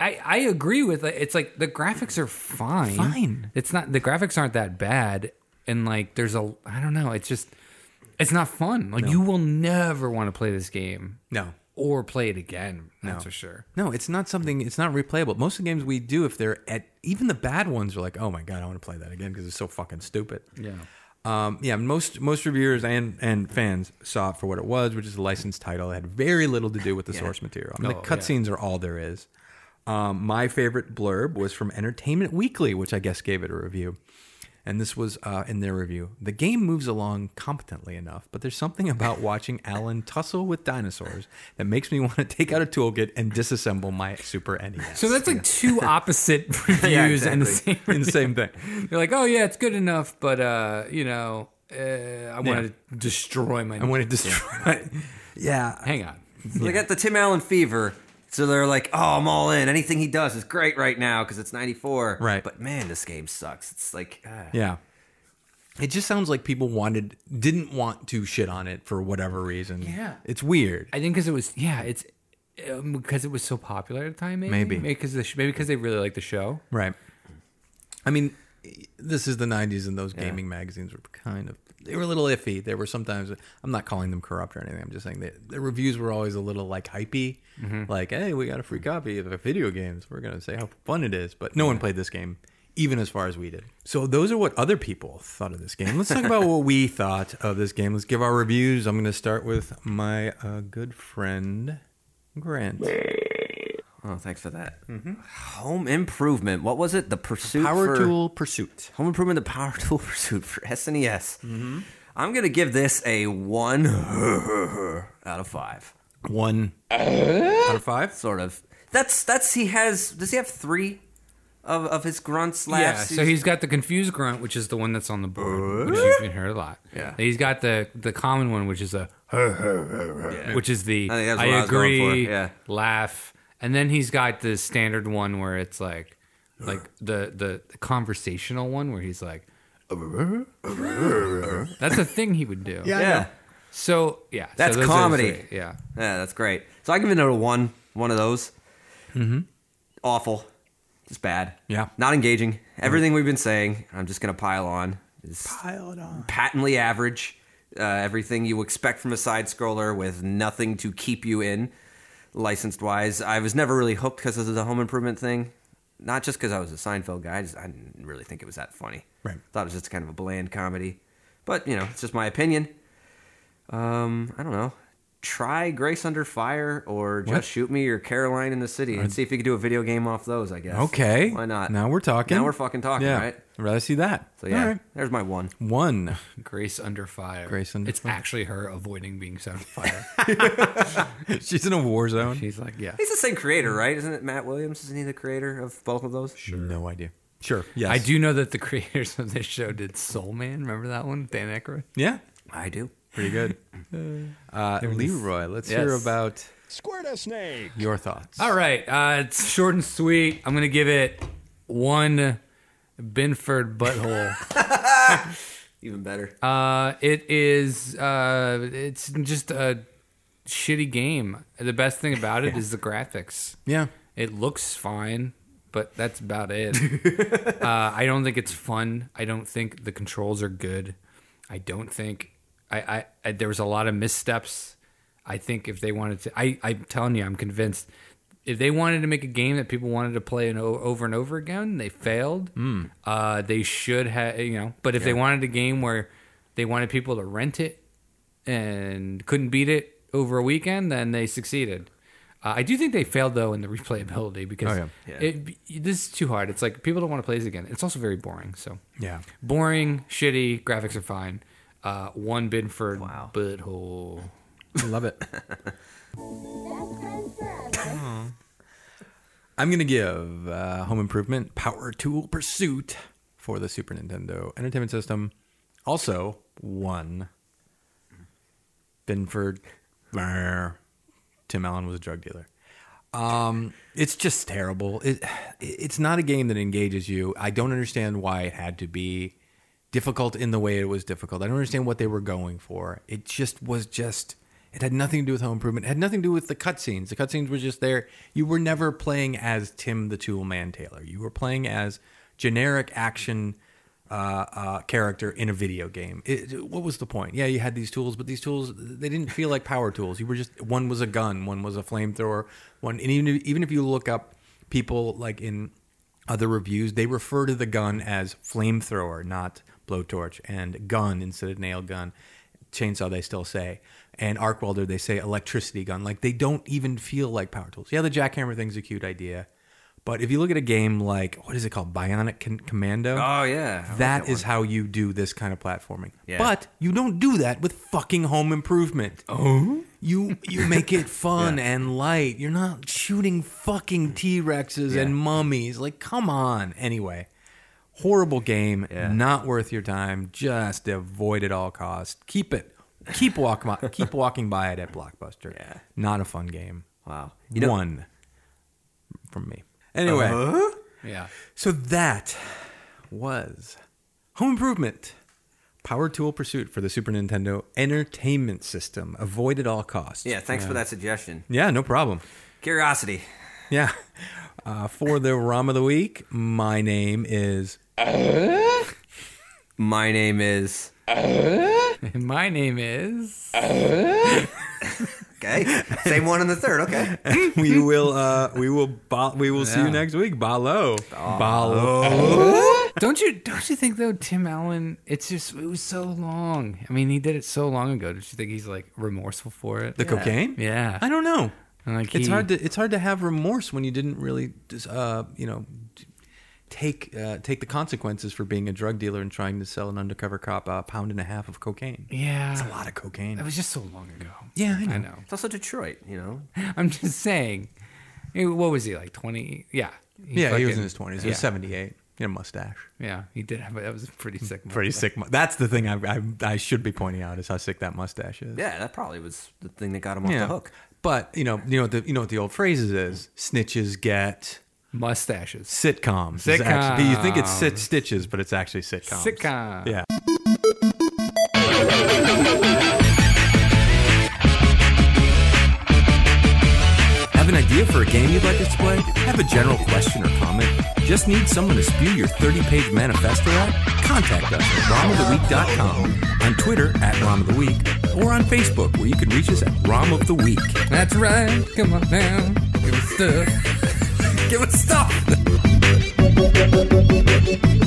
Speaker 3: I I agree with it. It's like the graphics are fine.
Speaker 1: Fine.
Speaker 3: It's not the graphics aren't that bad, and like there's a I don't know. It's just it's not fun. Like you will never want to play this game,
Speaker 1: No.
Speaker 3: or play it again. That's for sure.
Speaker 1: No, it's not something. It's not replayable. Most of the games we do, if they're at even the bad ones, are like, oh my god, I want to play that again because it's so fucking stupid. Yeah, um, yeah. Most most reviewers and and fans saw it for what it was, which is a licensed title. It had very little to do with the source material. I mean,
Speaker 3: Oh,
Speaker 1: the cutscenes are all there is. Um, my favorite blurb was from Entertainment Weekly, which I guess gave it a review. And this was uh, in their review. The game moves along competently enough, but there's something about watching Alan tussle with dinosaurs that makes me want to take out a toolkit and disassemble my Super E NES.
Speaker 3: So that's like two opposite reviews and the
Speaker 2: exactly.
Speaker 3: same
Speaker 1: And same thing.
Speaker 3: You're like, oh yeah, it's good enough, but uh, you know, uh, I want to destroy my.
Speaker 1: I want to destroy. Yeah.
Speaker 3: Hang on.
Speaker 2: So They got the Tim Allen fever. So they're like, oh, I'm all in. Anything he does is great right now because it's 94.
Speaker 1: Right.
Speaker 2: But man, this game sucks. It's like, ah.
Speaker 1: Yeah. It just sounds like people wanted didn't want to shit on it for whatever reason.
Speaker 3: Yeah.
Speaker 1: It's weird.
Speaker 3: I think because it was yeah, it's um, because it was so popular at the time. Maybe
Speaker 1: Maybe.
Speaker 3: because the sh- maybe because they really liked the show.
Speaker 1: Right. I mean, this is the 90s, and those gaming magazines were kind of, they were a little iffy. They were sometimes, I'm not calling them corrupt or anything. I'm just saying that the reviews were always a little like hypey. Like, hey, we got a free copy of the video games. We're going to say how fun it is. But no one played this game, even as far as we did. So those are what other people thought of this game. Let's talk about what we thought of this game. Let's give our reviews. I'm going to start with my uh, good friend Grant.
Speaker 2: Oh, thanks for that. Home improvement. What was it? The pursuit.
Speaker 1: Power
Speaker 2: for-
Speaker 1: Tool Pursuit.
Speaker 2: Home improvement. The power tool pursuit for SNES.
Speaker 1: Mm-hmm.
Speaker 2: I'm gonna give this a one out of five.
Speaker 1: One out of five.
Speaker 2: Sort of. That's that's he has. Does he have three of of his grunts?
Speaker 3: Yeah,
Speaker 2: Laughs?
Speaker 3: so he's got the confused grunt, which is the one that's on the board, which you've been heard a lot.
Speaker 2: Yeah.
Speaker 3: he's got the the common one, which is a, which is the
Speaker 2: I think that's
Speaker 3: I,
Speaker 2: what I was going
Speaker 3: agree,
Speaker 2: for, yeah.
Speaker 3: laugh, and then he's got the standard one where it's like, like the the conversational one where he's like, that's a thing he would do.
Speaker 2: yeah.
Speaker 3: So yeah, so
Speaker 2: That's
Speaker 3: those are the
Speaker 2: comedy.
Speaker 3: three, Yeah.
Speaker 2: Yeah, that's great. So I give it a one, one of those. Mm-hmm. Awful, just bad.
Speaker 1: Yeah.
Speaker 2: not engaging. Everything we've been saying, I'm just gonna pile on. Is
Speaker 1: Piled on.
Speaker 2: patently average. Uh, everything you expect from a side scroller with nothing to keep you in, licensed wise. I was never really hooked because this is a home improvement thing. Not just because I was a Seinfeld guy. I, just, I didn't really think it was that funny.
Speaker 1: Right.
Speaker 2: Thought it was just kind of a bland comedy. But you know, it's just my opinion. Um, I don't know. Try Grace Under Fire or Just
Speaker 1: What?
Speaker 2: Shoot Me or Caroline in the City and see if you could do a video game off those. I guess.
Speaker 1: Okay.
Speaker 2: Why not?
Speaker 1: Now we're talking.
Speaker 2: Now we're fucking talking,
Speaker 1: Yeah.
Speaker 2: right?
Speaker 1: I'd rather see that.
Speaker 2: So yeah,
Speaker 1: All right.
Speaker 2: there's my one.
Speaker 1: One.
Speaker 3: Grace under fire.
Speaker 1: Grace under
Speaker 3: It's
Speaker 1: fire.
Speaker 3: actually her avoiding being set on fire.
Speaker 1: She's in a war zone.
Speaker 3: She's like, yeah.
Speaker 2: He's the same creator, right? Isn't it Matt Williams? Isn't he the creator of both of those?
Speaker 1: No idea. Sure. Yes.
Speaker 3: I do know that the creators of this show did Soul Man. Remember that one, Dan Aykroyd?
Speaker 1: Yeah.
Speaker 2: I do.
Speaker 1: Pretty good. Uh, Leroy, let's hear
Speaker 3: Yes.
Speaker 1: about
Speaker 4: Squirt a snake.
Speaker 1: your thoughts.
Speaker 3: All right, uh, it's short and sweet. I'm gonna give it one Benford butthole.
Speaker 2: Even better.
Speaker 3: uh, it is. Uh, it's just a shitty game. The best thing about it is the graphics.
Speaker 1: Yeah.
Speaker 3: It looks fine, but that's about it. uh, I don't think it's fun. I don't think the controls are good. I don't think I, I, I there was a lot of missteps. I think if they wanted to, I, I'm telling you, I'm convinced. If they wanted to make a game that people wanted to play and o- over and over again, they failed. Uh, they should have, you know. But if they wanted a game where they wanted people to rent it and couldn't beat it over a weekend, then they succeeded. Uh, I do think they failed though in the replayability because
Speaker 1: Oh,
Speaker 2: yeah. Yeah.
Speaker 3: It, this is too hard. It's like people don't want to play this again. It's also very boring. So
Speaker 1: Yeah.
Speaker 3: boring, shitty. Graphics are fine. Uh, one bid for
Speaker 2: Wow.
Speaker 3: butthole.
Speaker 1: I love it. I'm going to give uh, Home Improvement Power Tool Pursuit for the Super Nintendo Entertainment System. Also, one. Binford. Brr. Tim Allen was a drug dealer. Um, it's just terrible. It, it's not a game that engages you. I don't understand why it had to be difficult in the way it was difficult. I don't understand what they were going for. It just was just. It had nothing to do with home improvement. It had nothing to do with the cutscenes. The cutscenes were just there. You were never playing as Tim the Tool Man Taylor. You were playing as generic action uh, uh, character in a video game. It, it- what was the point? Yeah, you had these tools, but these tools they didn't feel like power tools. You were just one was a gun, one was a flamethrower, one. And even if- even if you look up people like in other reviews, they refer to the gun as flamethrower, not blowtorch, and gun instead of nail gun. Chainsaw, they still say, and arc welder, they say electricity gun. Like they don't even feel like power tools. Yeah, the jackhammer thing's a cute idea, but if you look at a game like what is it called, Bionic Con- Commando?
Speaker 2: Oh, yeah. I like
Speaker 1: that
Speaker 2: that
Speaker 1: is how you do this kind of platforming.
Speaker 2: Yeah.
Speaker 1: But you don't do that with fucking Home Improvement. Oh, you you make it fun and light. You're not shooting fucking T Rexes and mummies. Like, come on. Anyway, horrible game.
Speaker 2: Yeah.
Speaker 1: Not worth your time. Just avoid at all costs. Keep it. Keep walk. by- keep walking by it at Blockbuster.
Speaker 2: Yeah.
Speaker 1: Not a fun game.
Speaker 2: Wow.
Speaker 1: One from me. Anyway.
Speaker 2: Uh-huh.
Speaker 3: Yeah.
Speaker 1: So that was Home Improvement. Power Tool Pursuit for the Super Nintendo Entertainment System. Avoid at all costs.
Speaker 2: Yeah, thanks for that suggestion.
Speaker 1: Yeah, no problem.
Speaker 2: Curiosity.
Speaker 1: Yeah. Uh, for the ROM of the Week, my name is.
Speaker 2: My name is.
Speaker 3: My name is.
Speaker 2: okay. Same one in the third. Okay.
Speaker 1: we will uh we will bo- we will see
Speaker 3: Yeah.
Speaker 1: you next week. Balo.
Speaker 3: Don't you don't you think though Tim Allen? It's just it was so long. I mean, he did it so long ago. Don't you think he's like remorseful for it?
Speaker 1: The cocaine?
Speaker 3: yeah.
Speaker 1: I don't know.
Speaker 3: Like
Speaker 1: it's
Speaker 3: he-
Speaker 1: hard to it's hard to have remorse when you didn't really uh you know d- take uh, take the consequences for being a drug dealer and trying to sell an undercover cop a pound and a half of cocaine.
Speaker 3: yeah.
Speaker 1: It's a lot of cocaine.
Speaker 3: That was just so long ago.
Speaker 1: Yeah, I know.
Speaker 3: I know.
Speaker 2: It's also Detroit. You know.
Speaker 3: I'm just saying. eh, What was he like? Twenty? Yeah.
Speaker 1: yeah, he was
Speaker 3: fucking-
Speaker 1: in his twenties. He was
Speaker 3: yeah.
Speaker 1: seventy eight. He had a mustache.
Speaker 3: Yeah, he did have. a- That was a Hmm, pretty sick.
Speaker 1: Pretty sick. Mu- That's the thing I, I I should be pointing out is how sick that mustache is.
Speaker 2: Yeah, that probably was the thing that got him off
Speaker 1: Yeah.
Speaker 2: the hook.
Speaker 1: But you know, you know what the you know what the old phrases is: snitches get
Speaker 3: mustaches.
Speaker 1: sitcoms. It's actually- you think it's sit
Speaker 3: Sitcoms.
Speaker 1: stitches, but it's actually sitcoms.
Speaker 3: Sitcom.
Speaker 1: Yeah. Have an idea for a game you'd like us to play? Have a general question or comment? Just need someone to spew your 30 page manifesto at? Contact us at romoftheweek.com, on Twitter at Rom of the Week, or on Facebook where you can reach us at Rom of the Week.
Speaker 3: That's right. Come on now. Give us stuff.
Speaker 1: Give us stuff!